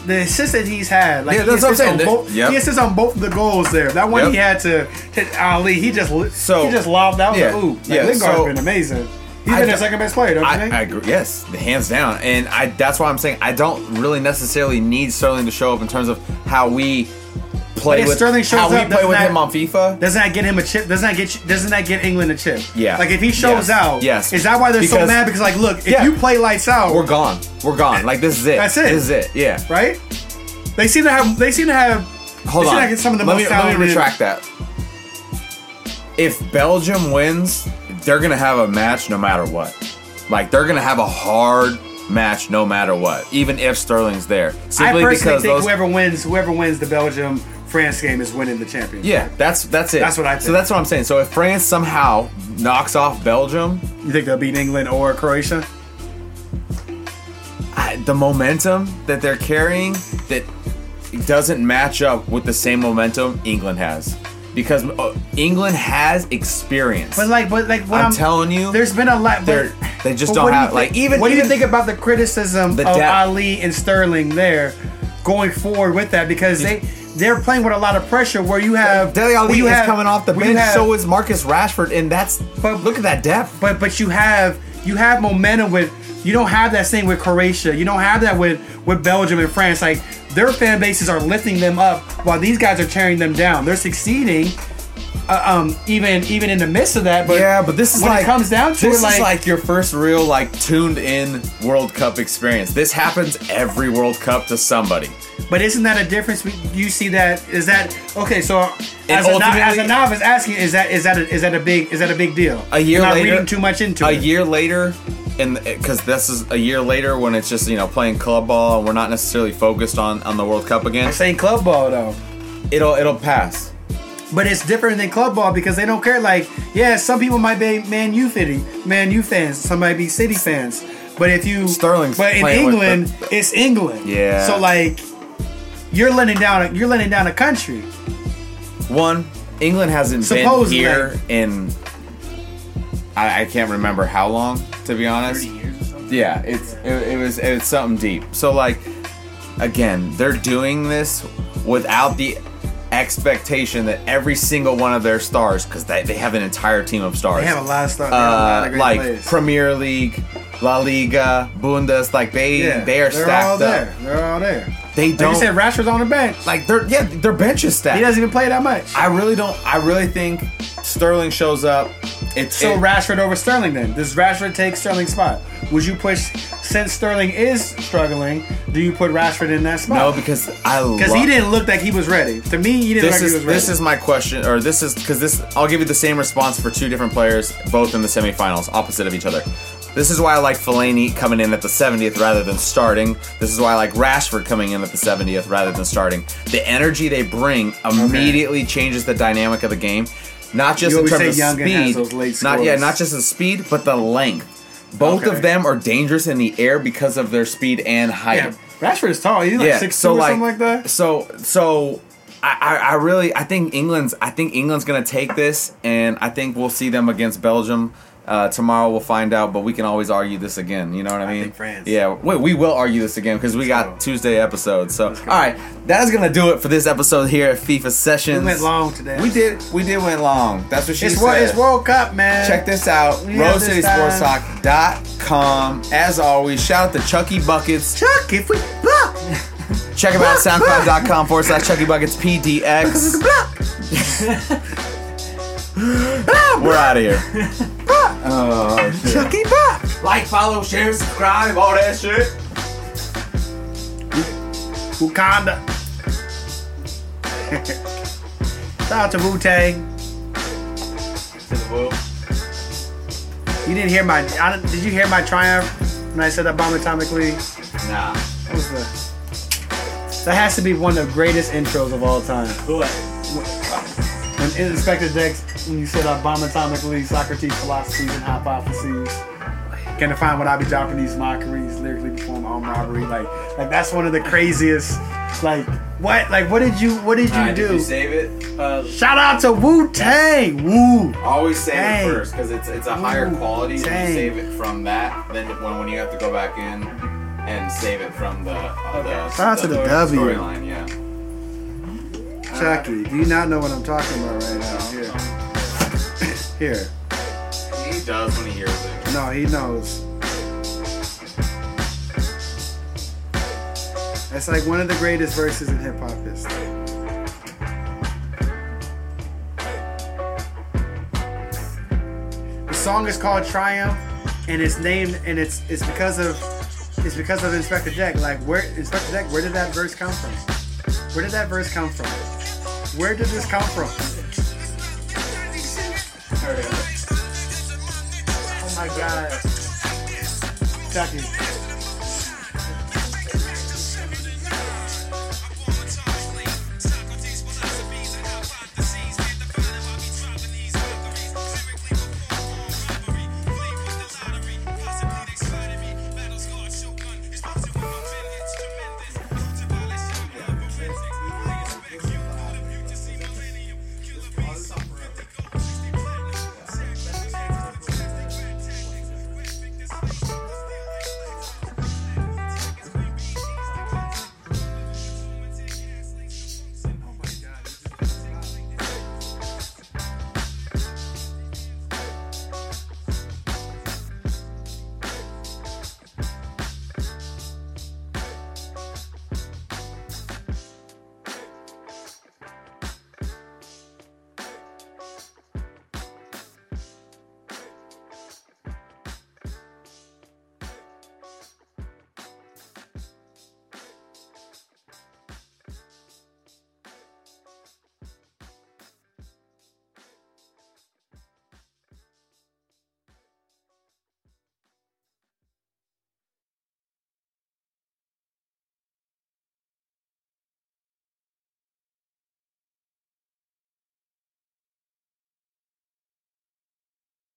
S2: the assist that he's had. Like
S1: Yeah,
S2: he
S1: that's what I'm
S2: assists
S1: saying.
S2: on Both,
S1: Yep.
S2: He assists on both the goals there. That one
S1: Yep.
S2: he had to, to Ali. He just
S1: So-
S2: so he just lobbed out.
S1: yeah,
S2: Yeah, ooh, like,
S1: yeah,
S2: Lingard's
S1: so-
S2: been amazing. He's
S1: I
S2: been the
S1: don't-
S2: second best player, don't you think?
S1: I, I agree. Yes, the hands down, and I. That's why I'm saying I don't really necessarily need Sterling to show up in terms of how we play
S2: But if
S1: with
S2: Sterling shows
S1: how we
S2: up,
S1: play with
S2: doesn't
S1: him
S2: that-
S1: on FIFA.
S2: Doesn't that get him a chip? Doesn't that get doesn't that get England a chip?
S1: Yeah.
S2: Like if he shows
S1: Yes.
S2: out,
S1: Yes.
S2: Is that why they're so
S1: Because-
S2: mad? Because like, look, if
S1: Yeah.
S2: you play lights out,
S1: We're gone. We're gone. Like this is it.
S2: That's it.
S1: This is it. Yeah.
S2: right? They seem to have. They seem to have.
S1: Hold
S2: they
S1: on.
S2: Seem to get some of the
S1: let,
S2: most
S1: me, let
S2: talented.
S1: me retract that. If Belgium wins, they're gonna have a match no matter what. Like they're gonna have a hard match no matter what, even if Sterling's there.
S2: I
S1: Simply
S2: personally think
S1: because those.
S2: whoever wins, whoever wins the Belgium France game is winning the championship.
S1: yeah, that's that's it.
S2: That's what I
S1: So
S2: think.
S1: that's what I'm saying. So if France somehow knocks off Belgium,
S2: You think they'll beat England or Croatia?
S1: I, the momentum that they're carrying that doesn't match up with the same momentum England has, because uh, England has experience.
S2: But like, but like, what
S1: I'm
S2: I'm,
S1: telling you,
S2: there's been a lot.
S1: they're-
S2: But,
S1: they
S2: but
S1: just don't
S2: what do you
S1: have- like,
S2: think-
S1: even-
S2: What do you
S1: even-
S2: think about the criticism
S1: The
S2: of
S1: depth.
S2: Ali and Sterling there, going forward with that because they they're playing with a lot of pressure where you have
S1: Dele
S2: where
S1: Ali
S2: you
S1: is
S2: have-
S1: coming off the
S2: where you
S1: bench.
S2: have-
S1: so is Marcus Rashford, and that's
S2: But-
S1: look at that depth.
S2: but but you have you have momentum with you don't have that same with Croatia. You don't have that with with Belgium and France. Like their fan bases are lifting them up while these guys are tearing them down. They're succeeding. Uh, um, even even in the midst of that, but
S1: yeah, but this is
S2: when
S1: like
S2: it comes down to it,
S1: this is
S2: like
S1: like your first real like tuned in World Cup experience. This happens every World Cup to somebody.
S2: But isn't that a difference? We- You see that? Is that okay? So as a, no,
S1: ultimately-
S2: as a novice asking, is that is that a, is that a big is that a big deal?
S1: A year
S2: Am I
S1: later-
S2: reading too much into
S1: A
S2: it.
S1: year later, and because this is a year later when it's just you know playing club ball and we're not necessarily focused on on the World Cup again.
S2: Saying club ball though,
S1: It'll it'll pass.
S2: but it's different than club ball because they don't care. Like yeah, some people might be Man U fitting, Man U fans. Some might be City fans. But if you
S1: Sterling's
S2: but in
S1: playing with
S2: England, it's England.
S1: Yeah.
S2: So like, you're letting down a, you're letting down a country.
S1: One, England hasn't
S2: Supposedly.
S1: been here in I, I can't remember how long to be honest.
S3: 30 years or something.
S1: Yeah, it's it, it was it's something deep. So like again, they're doing this without the expectation that every single one of their stars because they, they have an entire team of stars.
S2: They have a lot of stuff. They have a lot
S1: uh,
S2: of great
S1: like
S2: players.
S1: Premier League, La Liga, Bundes, like they
S2: Yeah,
S1: they are
S2: they're
S1: stacked
S2: all
S1: up.
S2: there. They're all there.
S1: They
S2: Like
S1: don't
S2: you said, Rashford's on the bench.
S1: like they're yeah, their bench is stacked.
S2: He doesn't even play that much.
S1: I really don't I really think Sterling shows up. It's
S2: so
S1: it-
S2: Rashford over Sterling then. Does Rashford take Sterling's spot? Would you push since Sterling is struggling, do you put Rashford in that
S1: no
S2: spot?
S1: because I
S2: Because
S1: love-
S2: he didn't look like he was ready. To me, he didn't
S1: this
S2: look like he
S1: is
S2: was ready.
S1: this is my question, or this is because this I'll give you the same response for two different players, both in the semifinals, opposite of each other. This is why I like Fellaini coming in at the 70th rather than starting. This is why I like Rashford coming in at the 70th rather than starting. The energy they bring immediately changes the dynamic of the game, not just
S2: You
S1: in
S2: always
S1: terms
S2: say
S1: of
S2: Youngin has
S1: speed,
S2: those late
S1: not yeah,
S2: scores.
S1: not just the speed, but the length. Both
S2: Okay.
S1: of them are dangerous in the air because of their speed and height
S2: yeah, Rashford is tall. He's like
S1: yeah,
S2: six
S1: so
S2: or
S1: like,
S2: something like that.
S1: So so I, I I really I think England's I think England's gonna take this, and I think we'll see them against Belgium. Uh, tomorrow we'll find out, but we can always argue this again. You know what I mean?
S2: think France.
S1: Yeah, wait, we will argue this again because we got
S2: go.
S1: Tuesday episode. So, all right, that is gonna do it for this episode here at FIFA Sessions.
S2: We went long today.
S1: We did, we did went long. That's what she
S2: It's,
S1: said.
S2: Wor- it's World Cup, man.
S1: Check this out,
S2: We have this time.
S1: RoseCitySportsTalk.com. As always, shout out to Chucky Buckets.
S2: Chuck, if we block,
S1: Check them out at soundcloud.com forward slash Chucky Buckets PDX.
S2: block.
S1: We're out of here.
S2: Chucky block.
S5: Like, follow, share, subscribe, all that shit.
S2: Wakanda. Shout out to Wu Tang. You didn't hear my. I didn't, did you hear my triumph when I said that bomb atomically?
S5: Nah.
S2: That was the. That has to be one of the greatest intros of all time.
S3: What?
S2: When Inspector Dex, when you said I bomb atomically, Socrates, philosophies, and hypotheses. Can I find what I be dropping these mockeries, lyrically perform armed robbery? Like, like that's one of the craziest. Like, what? Like, what did you? What did you
S5: Alright,
S2: do?
S5: Did you save it?
S3: Uh,
S2: Shout out to Wu Tang. Woo.
S5: Always save
S2: Dang.
S5: it first because it's it's a higher
S2: Ooh,
S5: quality. When
S2: dang.
S5: you save it from that, then when, when you have to go back in and save it from the uh, the,
S2: Shout out to the W.
S5: storyline. Yeah.
S2: Chucky, do you not know what I'm talking about right now? Here. Here.
S5: He does when he hears it.
S2: No, he knows. That's like one of the greatest verses in hip hop history. The song is called Triumph, and it's named and it's it's because of it's because of Inspector Deck. Like where Inspector Deck, where did that verse come from? Where did that verse come from? Where did this come from? Oh my god. Chucky.